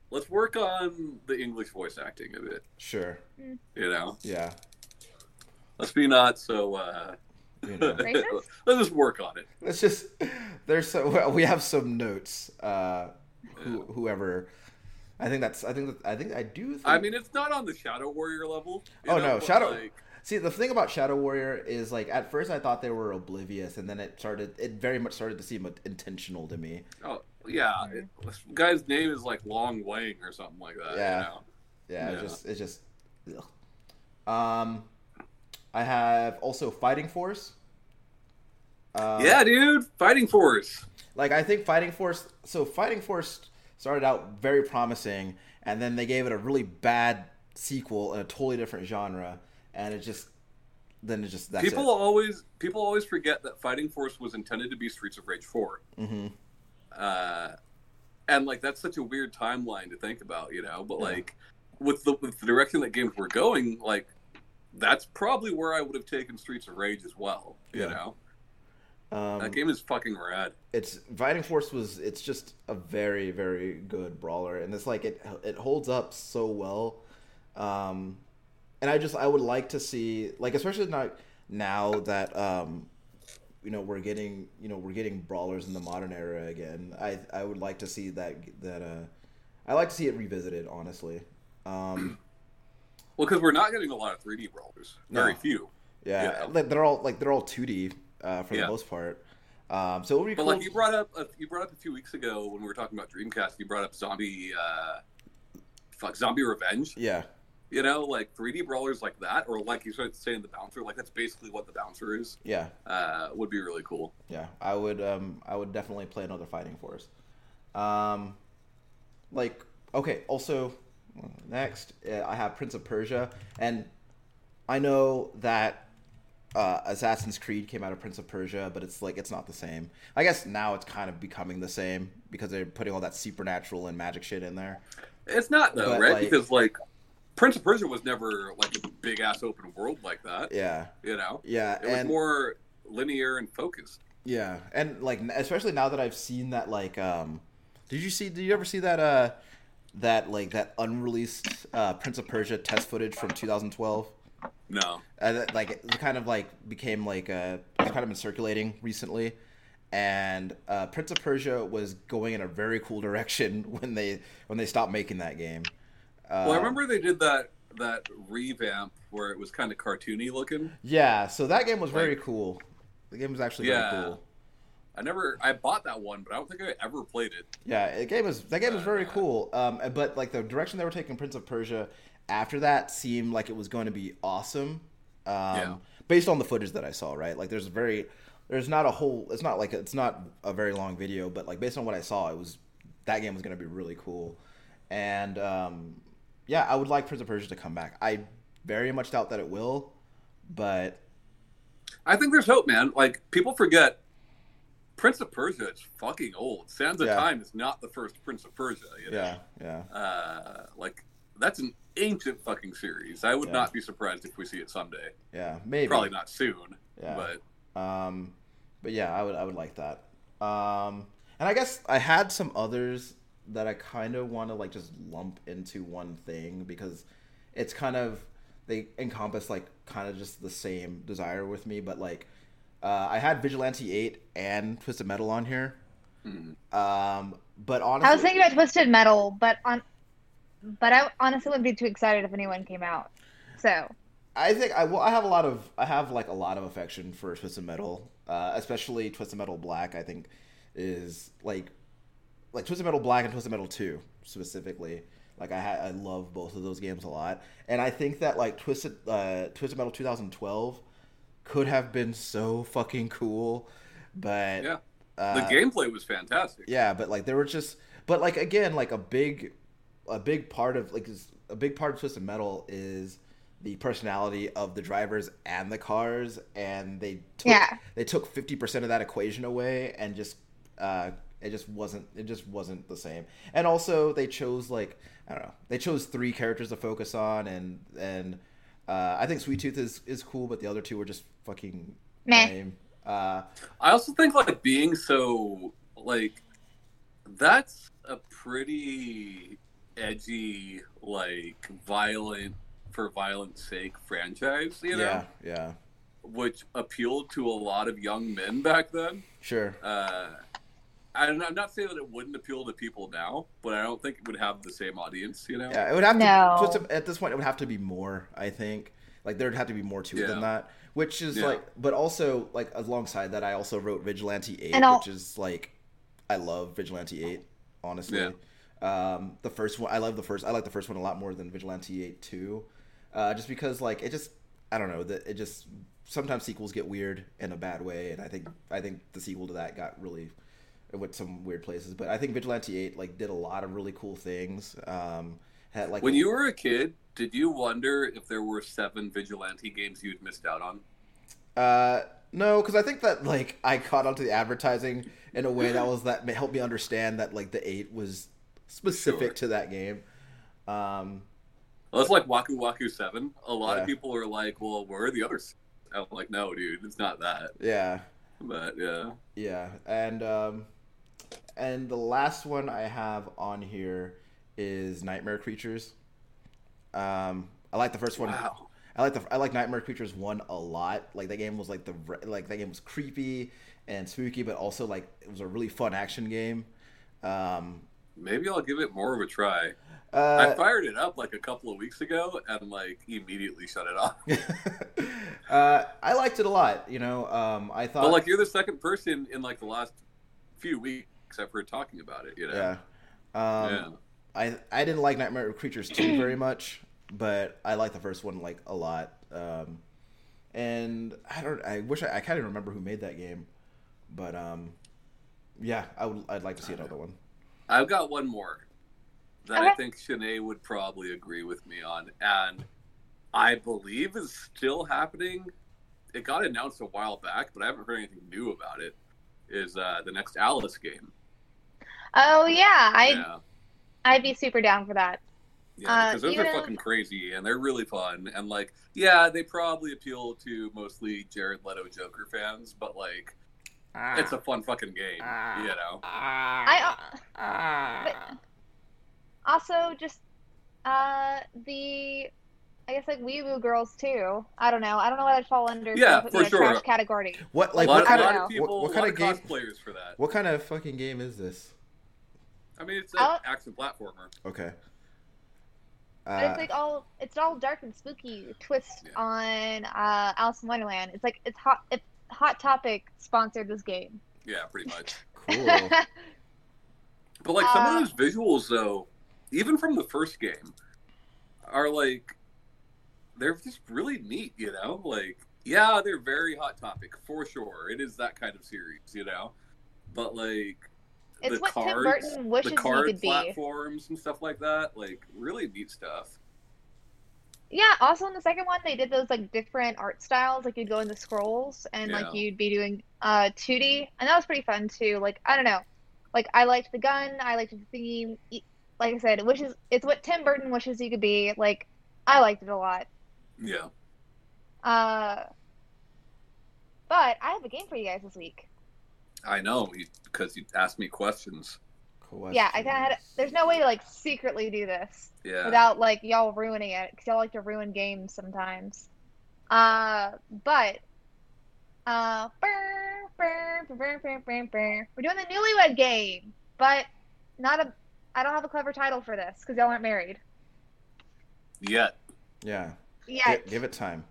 let's work on the English voice acting of it. Sure. You know, Yeah. let's be not so. Uh, (laughs) You know. let's Racist? just work on it. Let's just there's so well, we have some notes. Uh, who, whoever, I think that's I think that, I think I do. Think, I mean, it's not on the Shadow Warrior level. you Oh, know, no, but, Shadow- Like, see the thing about Shadow Warrior is like at first I thought they were oblivious, and then it started. It very much started to seem intentional to me. oh yeah, it, this guy's name is like Long Wang or something like that. Yeah. You know? Yeah, Yeah. It just it's just. ugh. Um, I have also Fighting Force. Uh, yeah, dude, Fighting Force. Like I think Fighting Force. So Fighting Force started out very promising, and then they gave it a really bad sequel in a totally different genre, and it just then it just that's people always people always forget that Fighting Force was intended to be Streets of Rage four. it. hmm uh, and like that's such a weird timeline to think about, you know. But Yeah. like with the with the direction that games were going, like that's probably where I would have taken Streets of Rage as well. You Yeah. know, Um, that game is fucking rad. it's Fighting Force was it's just a very very good brawler, and it's like it it holds up so well. Um, and I just I would like to see like especially not now that um, you know we're getting you know we're getting brawlers in the modern era again. I I would like to see that that uh, I like to see it revisited honestly. (clears throat) Um, Well, because we're not getting a lot of 3D brawlers, very No. few. yeah, Yeah. like, they're all like they're all two D uh, for Yeah. the most part. Um, so it would be But cool. like you brought up, a, you brought up a few weeks ago when we were talking about Dreamcast, you brought up Zombie, uh, fuck, Zombie Revenge. yeah, You know, like 3D brawlers like that, or like you started saying the bouncer, like that's basically what the bouncer is. yeah. Uh, would be really cool. Yeah, I would. Um, I would definitely play another Fighting Force. Um, like okay. Also, next uh, I have Prince of Persia, and I know that uh, Assassin's Creed came out of Prince of Persia, but it's like it's not the same. I guess now it's kind of becoming the same because they're putting all that supernatural and magic shit in there. It's not though, But, right? like- because like Prince of Persia was never like a big ass open world like that. Yeah, You know, yeah, it was and more linear and focused. Yeah, and like especially now that I've seen that like um did you see did you ever see that uh that like that unreleased uh Prince of Persia test footage from 2012? No, Uh, that, like it kind of like became like uh it's kind of been circulating recently and uh Prince of Persia was going in a very cool direction (laughs) when they when they stopped making that game. Uh, well, I remember they did that that revamp where it was kind of cartoony looking. Yeah, so that game was very cool. The game was actually Yeah. very cool. I never I bought that one, but I don't think I ever played it. Yeah, the game was that Oh, game was very cool. Um, but like the direction they were taking Prince of Persia after that seemed like it was going to be awesome. Um, Yeah. Based on the footage that I saw, right? Like there's very, there's not a whole. It's not like it's not a very long video, but like based on what I saw, it was that game was going to be really cool. And um, yeah, I would like Prince of Persia to come back. I very much doubt that it will, but I think there's hope, man. Like people forget, Prince of Persia is fucking old. Sands of Yeah. Time is not the first Prince of Persia. You know? yeah, yeah. Uh, like that's an ancient fucking series. I would Yeah. not be surprised if we see it someday. Yeah, maybe. Probably not soon, Yeah. but Um, but yeah, I would I would like that. Um, and I guess I had some others that I kind of want to like just lump into one thing because it's kind of they encompass like kind of just the same desire with me. But like, uh, I had Vigilante Eight and Twisted Metal on here. Mhm. Um, but honestly, (laughs) I was thinking about Twisted Metal, but on, but I honestly wouldn't be too excited if anyone came out. So I think I well, I have a lot of I have like a lot of affection for Twisted Metal, uh, especially Twisted Metal Black. I think is like like Twisted Metal Black and Twisted Metal Two specifically. Like I ha- I love both of those games a lot, and I think that like Twisted uh, Twisted Metal 2012 could have been so fucking cool, but yeah, uh, the gameplay was fantastic. yeah, but like there were just, but like again, like a big, a big part of like is- a big part of Twisted Metal is the personality of the drivers and the cars, and they took, Yeah. they took fifty percent of that equation away, and just uh, it just wasn't it just wasn't the same. And also they chose like I don't know they chose three characters to focus on, and and uh, I think Sweet Tooth is is cool, but the other two were just fucking Meh. lame. Uh, I also think like being so like that's a pretty edgy like violent for violent sake franchise, you know, yeah, yeah, which appealed to a lot of young men back then. sure. Uh, and I'm not saying that it wouldn't appeal to people now, but I don't think it would have the same audience, you know. Yeah, it would have No. to. Twisted, at this point, it would have to be more. I think like there'd have to be more to it than Yeah. that. Which is Yeah. like, but also like alongside that, I also wrote Vigilante Eight, And I'll- which is like, I love Vigilante Eight. Honestly, Yeah. um, the first one, I love the first. I like the first one a lot more than Vigilante Eight Two, uh, just because like it just, I don't know, that it just sometimes sequels get weird in a bad way, and I think I think the sequel to that got really it went some weird places, but I think Vigilante Eight like did a lot of really cool things. Um, had like When you were a kid, did you wonder if there were seven vigilante games you'd missed out on? uh, no, because I think that like I caught onto the advertising in a way that was that helped me understand that like the eight was specific Sure. to that game. Um, Well, it's like Waku Waku 7. A lot Yeah. of people are like, well, where are the others? I'm like, no, dude, it's not that. yeah, But yeah. yeah, and um, and the last one I have on here is Nightmare Creatures. Um, I like the first one. Wow. I like the I like Nightmare Creatures one a lot. Like that game was like the re- like that game was creepy and spooky, but also like it was a really fun action game. Um, Maybe I'll give it more of a try. I uh, fired it up like a couple of weeks ago and like immediately shut it off. (laughs) uh, I liked it a lot. You know, um, I thought But like, you're the second person in like the last few weeks I've heard talking about it, you know? yeah. Um, Yeah. I I didn't like Nightmare Creatures two (clears throat) very much, but I like the first one like a lot. Um, and I don't. I wish I, I can't even remember who made that game, but um, yeah, I would. I'd like to see another one. I've got one more that I Okay. think Shanae would probably agree with me on, and I believe is still happening. It got announced a while back, but I haven't heard anything new about it. Is uh, the next Alice game? oh yeah, I yeah, I'd be super down for that. Yeah, because Uh, those even- are fucking crazy and they're really fun. And like, yeah, they probably appeal to mostly Jared Leto Joker fans, but like, it's a fun fucking game, Ah. you know. I I, also just uh the I guess like wee woo girls too. I don't know. I don't know what I'd fall under Yeah, put for in a sure. trash category. what a like lot, what of- I kind don't lot know. of people, What- what a lot kinda of game- cosplayers for that. What kind of fucking game is this? I mean, it's an I'll- action platformer. Okay. But Uh, it's like all it's all dark and spooky twist Yeah. on uh Alice in Wonderland. It's like it's hot it's Hot Topic sponsored this game. Yeah, (laughs) pretty much. cool. But like some Uh, of those visuals, though, even from the first game, are like they're just really neat. You know, like yeah, they're very hot topic for sure. It is that kind of series, you know. But like it's the what Tim cards, Burton the wishes he card could be. platforms and stuff like that, like really neat stuff. Yeah, also in the second one they did those like different art styles. Like you'd go in the scrolls and like Yeah. you'd be doing uh 2D and that was pretty fun too. Like I don't know. Like I liked the gun, I liked the theme. E- Like I said, it wishes it's what Tim Burton wishes he could be. Like I liked it a lot. Yeah. Uh but I have a game for you guys this week. I know because you asked me questions. cool. (laughs) Yeah, I kind of had. There's no way to like secretly do this Yeah. without like y'all ruining it because y'all like to ruin games sometimes. Uh, but uh, brr, brr, brr, brr, brr, brr, brr. we're doing the newlywed game, but not a. I don't have a clever title for this because y'all aren't married Yet. Yeah. yet. Gi- give it time.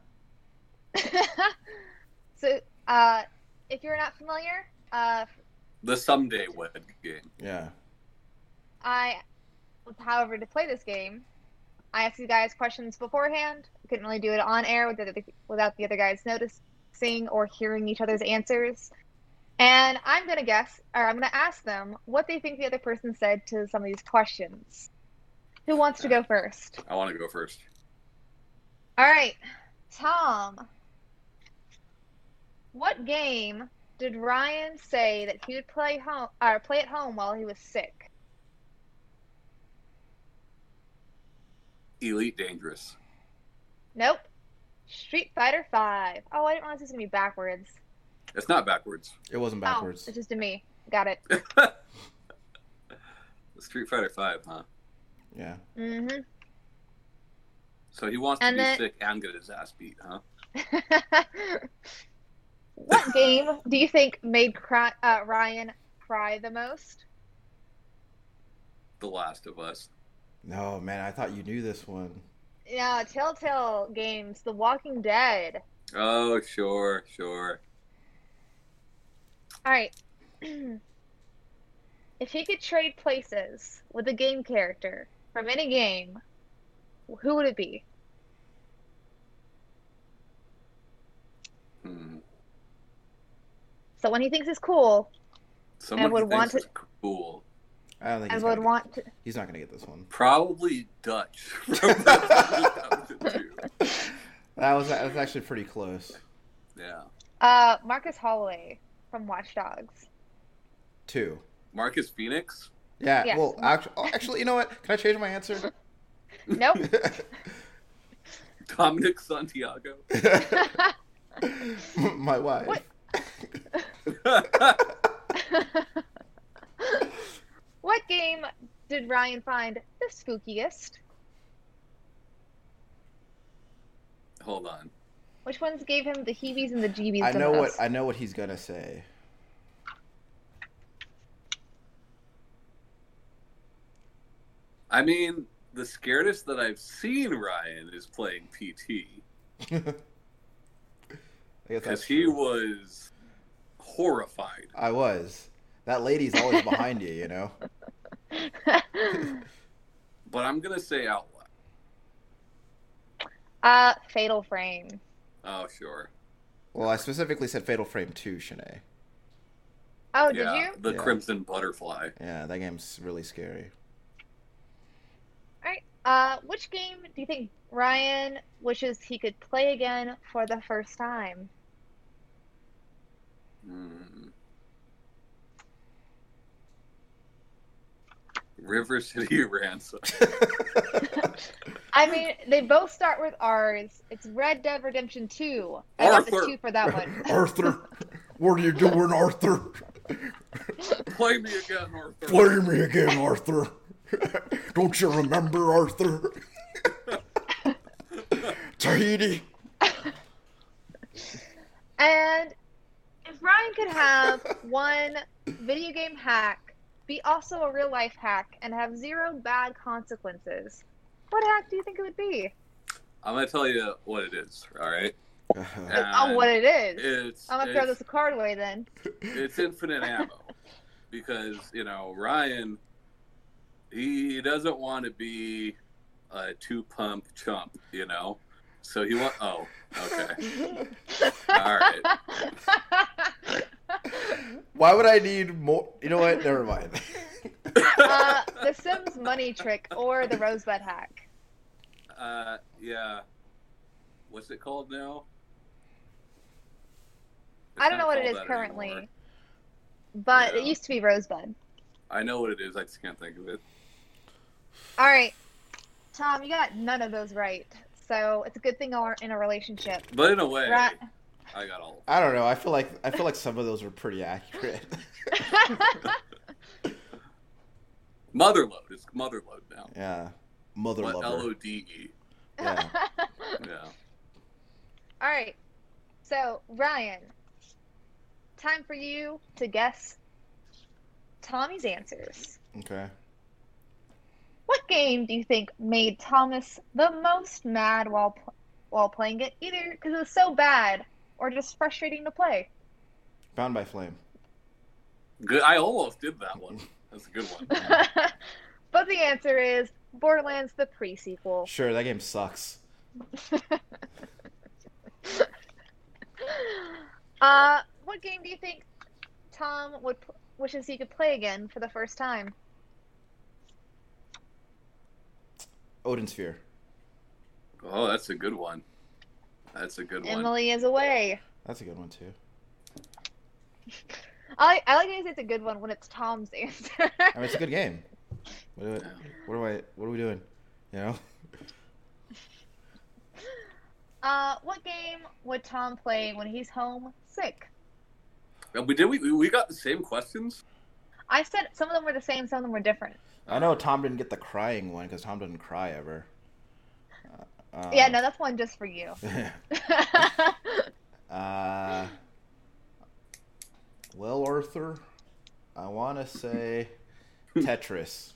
(laughs) so, uh, if you're not familiar, uh, The someday wed game. Yeah. I, however, to play this game, I asked you guys questions beforehand. We couldn't really do it on air without the, without the other guys noticing or hearing each other's answers. And I'm gonna guess, or I'm gonna ask them what they think the other person said to some of these questions. Who wants to go first? I want to go first. All right, Tom. What game did Ryan say that he would play home or play at home while he was sick? Elite Dangerous. Nope. Street Fighter Five. Oh, I didn't realize it was gonna be backwards. It's not backwards. It wasn't backwards. Oh, it's just to me. Got it. Street Fighter Five, huh? Yeah. Mm-hmm. (laughs) So he wants to And be then- sick and get his ass beat, huh? what game do you think made cry, uh, Ryan cry the most? The Last of Us. No, man, I thought you knew this one. Yeah, Telltale Games, The Walking Dead. Oh, sure, sure. All right. (clears throat) if he could trade places with a game character from any game, who would it be? Hmm. Someone he thinks is cool Someone would who thinks want to- it's cool. I don't think and he's, would gonna want to. get, he's not gonna get this one. Probably Dutch. (laughs) (laughs) from the- That was that was actually pretty close. yeah. Uh, Marcus Holloway from Watch Dogs. Two. Marcus Phoenix. Yeah. Yeah. Well, actually, oh, actually, you know what? Can I change my answer? (laughs) Nope. Dominic Santiago. my wife. What? I what game did Ryan find the spookiest? (laughs) Hold on. Which ones gave him the heebies and the jeebies? I the know what most? I know what he's gonna say. (laughs) I mean, the scaredest that I've seen Ryan is playing PT I guess because that's he true. was horrified. I was. That lady's always behind you, you know. But I'm gonna say out loud. (laughs) uh, Fatal Frame. Oh, sure. Well, I specifically said Fatal Frame Two, Shanae. Oh, yeah, did you? the Yeah. Crimson Butterfly. Yeah, that game's really scary. All right. Uh, which game do you think Ryan wishes he could play again for the first time? Hmm. (laughs) River City Ransom. I mean, they both start with R's. It's Red Dead Redemption 2. I got the Arthur. 2 for that (laughs) one. Arthur, what are you doing, Arthur? Play me again, Arthur. Play me again, Arthur. (laughs) Don't you remember, Arthur? Tahiti. (laughs) And if Ryan could have (laughs) one video game hack be also a real life hack and have zero bad consequences, what hack do you think it would be? I'm gonna tell you what it is. All right. Uh, And oh, what it is. It's I'm going to it's, throw this card away then. it's infinite ammo because you know Ryan, he doesn't want to be a two pump chump. You know, so he want. Oh, okay. (laughs) All right. Why would I need more? You know what? Never mind. uh, the Sims money trick or the Rosebud hack. Uh, yeah. What's it called now? I don't It's know not what it called is that currently, anymore. but it Yeah. used to be Rosebud. I know what it is. I just can't think of it. All right, Tom, you got none of those right. So it's a good thing we're in a relationship. (laughs) But in a way, Right. I got all. I don't know. I feel like I feel like some of those were pretty accurate. (laughs) Motherload. It's Motherload now. Yeah, mother But L lover. O D E. Yeah. Yeah. (laughs) All right. So, Ryan, time for you to guess Tommy's answers. Okay. What game do you think made Thomas the most mad while pl- while playing it? Either because it was so bad or just frustrating to play. (laughs) Bound by flame. Good. I almost did that one. That's a good one. (laughs) but the answer is Borderlands the (gasps) pre-sequel. Sure, that game sucks. Uh, what game do you think Tom would p- wishes he could play again for the first time? Odin Sphere. Oh, that's a good one. That's a good one. Emily is away. That's a good one too. I, I like to say it's a good one when it's Tom's answer. (laughs) I mean, it's a good game. What do, I, Yeah. what do I? What are we doing? You know? uh, what game would Tom play when he's home sick? Uh, We did. We we got the same questions. I said some of them were the same, some of them were different. I know Tom didn't get the crying one because Tom doesn't cry ever. Uh, yeah, no, that's one just for you. (laughs) uh, well, Arthur, I want to say Tetris.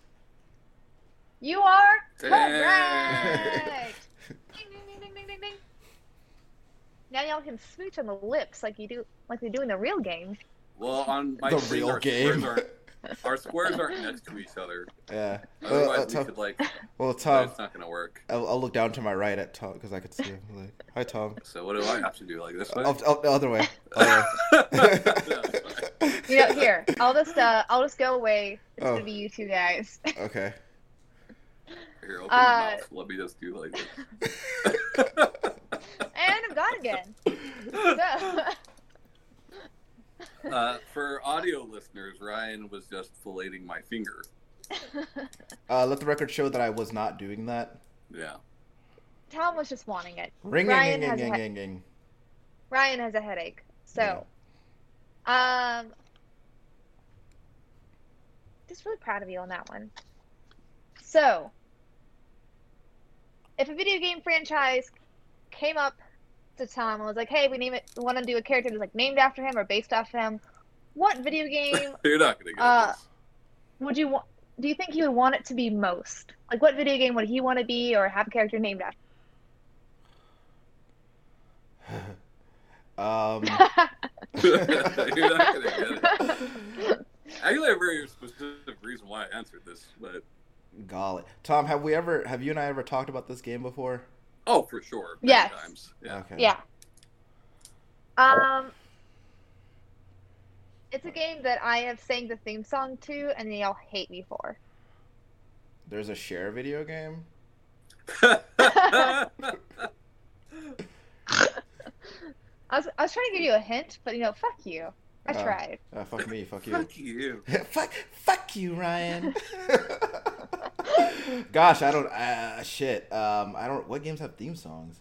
(laughs) (laughs) you are Dang. correct. ding, ding, ding, ding, ding, ding, ding. Now y'all can smooch on the lips like you do, like they do in the real game. Well, (laughs) on my The screen, real our game. Squares aren't, (laughs) our squares aren't next to each other. Yeah. Well, Otherwise, uh, we Tom, could like. well, no, Tom it's not gonna work. I'll, I'll look down to my right at Tom because I could see him. Like, Hi, Tom. So what do I have to do? Like this way? (laughs) Up, up, the other (laughs) way. Other way. You know, here, I'll just, uh, I'll just go away. It's Oh. gonna be you two guys. (laughs) okay. Here, open Uh, your mouth. Let me just do like this. and I'm gone again. (laughs) So, Uh, for audio listeners, Ryan was just filleting my finger. Uh, let the record show that I was not doing that. Yeah. Tom was just wanting it. Ring, Ryan ring, ring, has ring, a- ring, ring. Ryan has a headache. So, um, just really proud of you on that one. So, if a video game franchise came up to Tom and was like, "Hey, we name it, we want to do a character that's like named after him or based off him," what video game You're not gonna get Uh, this. would you want? Do you think he would want it to be most? Like, what video game would he want to be or have a character named Um, (laughs) after? You're (laughs) not gonna get it. (laughs) Actually, I have a very specific reason why I answered this, but golly, Tom, have we ever? Have you and I ever talked about this game before? oh, for sure. many Yes. Times. Yeah. Okay. yeah. Um, it's a game that I have sang the theme song to, and they all hate me for. There's a share video game. (laughs) I was I was trying to give you a hint, but you know, fuck you. I Uh, tried. (laughs) Uh, (laughs) fuck me, fuck you. Fuck you. fuck, fuck you, Ryan. (laughs) Gosh, I don't. Uh, shit. Um, I don't. What games have theme songs?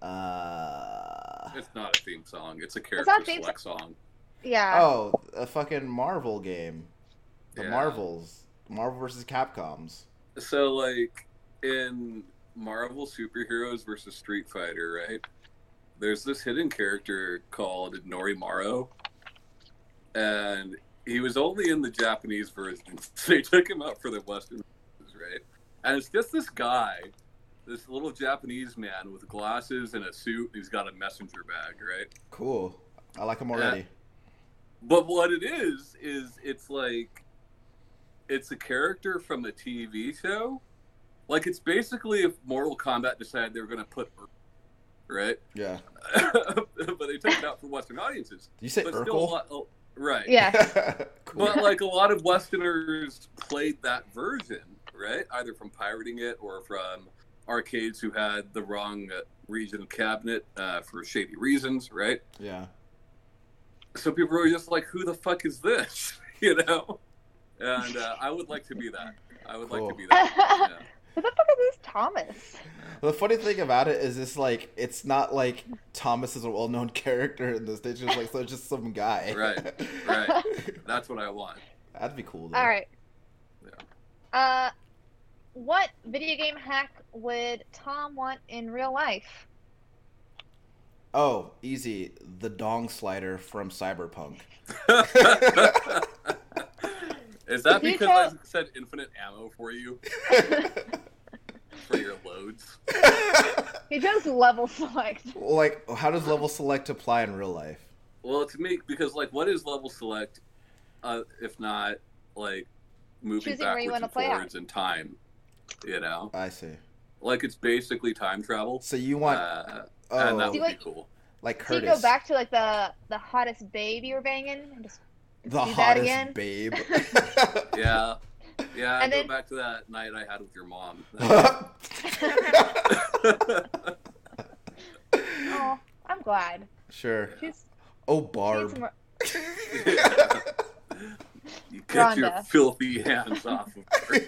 Uh, It's not a theme song. It's a character not a theme select song. Yeah. oh, a fucking Marvel game. The Yeah. Marvels. Marvel versus Capcoms. So like in Marvel Superheroes versus Street Fighter, right? There's this hidden character called Norimaro, and he was only in the Japanese version, (laughs) so they took him out for the Western, versions, right? And it's just this guy, this little Japanese man with glasses and a suit. and He's got a messenger bag, right? Cool. I like them already. But what it is is it's like it's a character from a TV show. Like it's basically if Mortal Kombat decided they were going to put Ur- right, (laughs) Yeah. but they took it out for Western audiences. Did you say but still, a Urkel? lot, oh, right? Yeah. (laughs) cool. But like a lot of Westerners played that version, right? Either from pirating it or from arcades who had the wrong uh, region of cabinet uh, for shady reasons, right? yeah. so people were just like, "Who the fuck is this?" (laughs) You know, and uh, I would like to be that. I would like Cool. to be that. Yeah. Who the fuck is this Thomas? The funny thing about it is, it's like it's not like Thomas is a well-known (laughs) character in this. They just like so it's just some guy. (laughs) Right, Right? That's what I want. (laughs) (laughs) That'd be cool. Though. All right. Yeah. Uh, what video game hack would Tom want in real life? Oh, easy. The dong slider (laughs) from Cyberpunk. is that He because told- I said infinite ammo for you for your loads? He just level select. like, how does level select apply in real life? Well, to me, because like, what is level select? Uh, if not like moving Choosing where you backwards wanna play and at. forwards in time, you know, I see. like it's basically time travel. So you want Uh, and oh, that See, would be like- cool. like So you Curtis, go back to like the the hottest babe you were banging, and just the do that hottest again? (laughs) babe. (laughs) Yeah. Yeah, And go then- back to that night I had with your mom. (laughs) oh, I'm glad. sure. She's Oh, she's Barb. more- you cut your Rhonda. filthy hands off of (laughs) her. (laughs)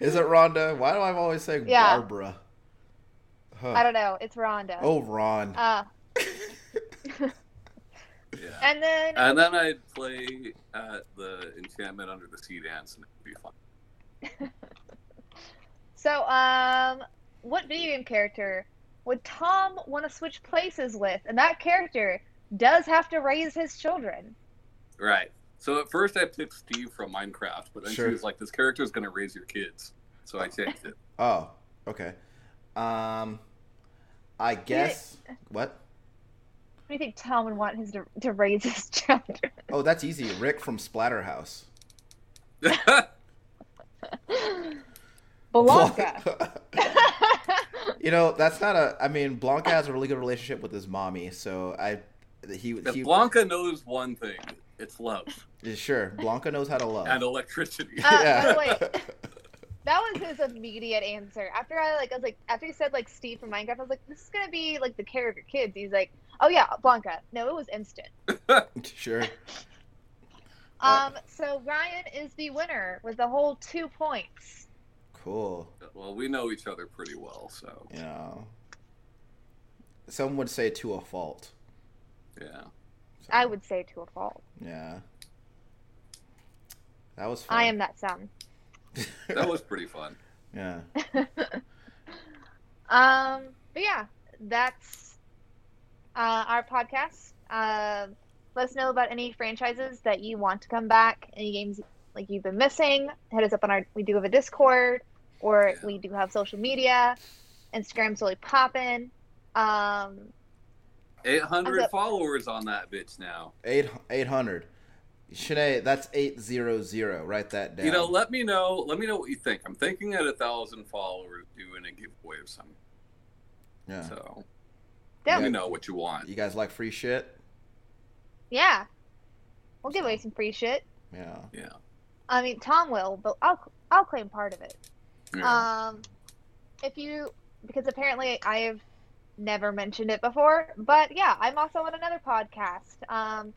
Is it Rhonda? Why do I always say Yeah. Barbara? Huh. I don't know. It's Rhonda. Oh, Ron. Uh, Yeah. and then And then I'd play at the Enchantment Under the Sea dance, and it'd be fun. so um, what video game character would Tom want to switch places with? And that character does have to raise his children. Right. So at first I picked Steve from Minecraft, but then Sure. she was like, this character is going to raise your kids. So I changed it. Oh, okay. Um, I guess what? What do you think Tom would want his to, to raise (laughs) his children? Oh, that's easy. Rick from Splatterhouse. (laughs) (laughs) Blanca. (laughs) Uh, you know, that's not a. I mean, Blanca has a really good relationship with his mommy, so I. He, he (laughs) if Blanca knows one thing, it's love yeah, sure. Blanca knows how to love. and electricity. Uh, by the that was his immediate answer. After I like, I was like, after he said like Steve from Minecraft, I was like, this is gonna be like the care of your kids. He's like, oh yeah, Blanca. No, it was instant. (laughs) sure. Um, so Ryan is the winner with the whole two points. Cool. (laughs) well, we know each other pretty well, so You know. Some would say to a fault. yeah. So, I would say to a fault. Yeah. That was fun. I am that sound. That was (laughs) pretty fun. yeah. Um, but yeah, that's uh, our podcast. Um, let us know about any franchises that you want to come back, any games like you've been missing. Hit us up on our. We do have a Discord, or we do have social media. Instagram's really popping. Um, 800 I'm the- followers on that bitch now. Eight eight hundred. Shanae, that's eight zero zero. Write that down. You know, let me know. Let me know what you think. I'm thinking at a thousand followers doing a giveaway of something. yeah. So yeah, let me know what you want. You guys like free shit? yeah, we'll give away some free shit. Yeah. Yeah. I mean, Tom will, but I'll I'll claim part of it. Yeah. Um, if you, because apparently I have never mentioned it before, but yeah, I'm also on another podcast. Um,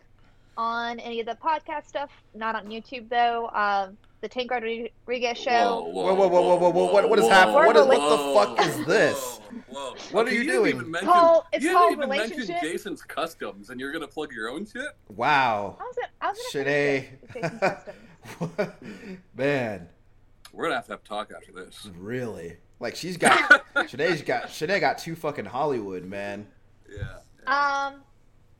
on any of the podcast stuff, not on YouTube though. Um, the Tank Rodriguez show. Whoa, whoa, whoa, whoa, whoa, whoa, what- what is happening? What is- what the fuck is this? Whoa, whoa. What are you didn't doing? even mention- Paul, it's you called didn't even mention relationship. Jason's customs, and you're gonna plug your own shit. Wow. (laughs) I was gonna, I was gonna Shanae. finish it with Jason Preston. Man, We're gonna have to have a talk after Mm. this. really? Like (laughs) she's got Shanae's got Shanae got two fucking Hollywood, man. (sighs) Yeah. Um,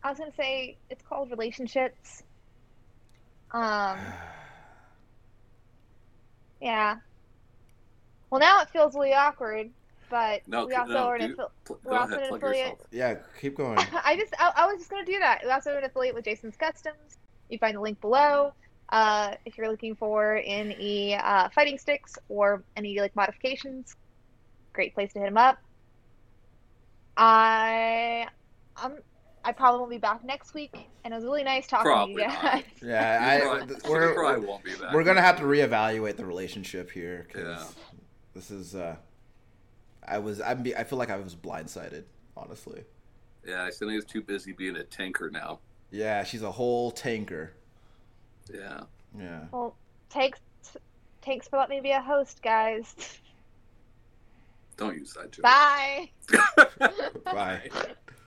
I was gonna say it's called relationships. Um, yeah. Well, now it feels really awkward, but No, we c- also no, are an dude. affil- Pl- We're go also ahead, an plug affiliate. yourself. Yeah, keep going. (laughs) I just I, I was just gonna do that. We also have an affiliate with Jason's Customs. You find the link below. Uh, if you're looking for any uh, fighting sticks or any like modifications, great place to hit him up. I um I probably won't be back next week, and it was really nice talking Probably to you guys. (laughs) not. You Yeah, probably- I, you we're probably won't be back. we're gonna have to reevaluate the relationship here. 'cause Yeah. This is. uh I was. I'm. Be, I feel like I was blindsided. Honestly. Yeah, Cindy is too busy being a tanker now. Yeah, she's a whole tanker. Yeah. Yeah. Well, thanks thanks for letting me be a host, guys. Don't use that joke. Bye. Bye. Bye.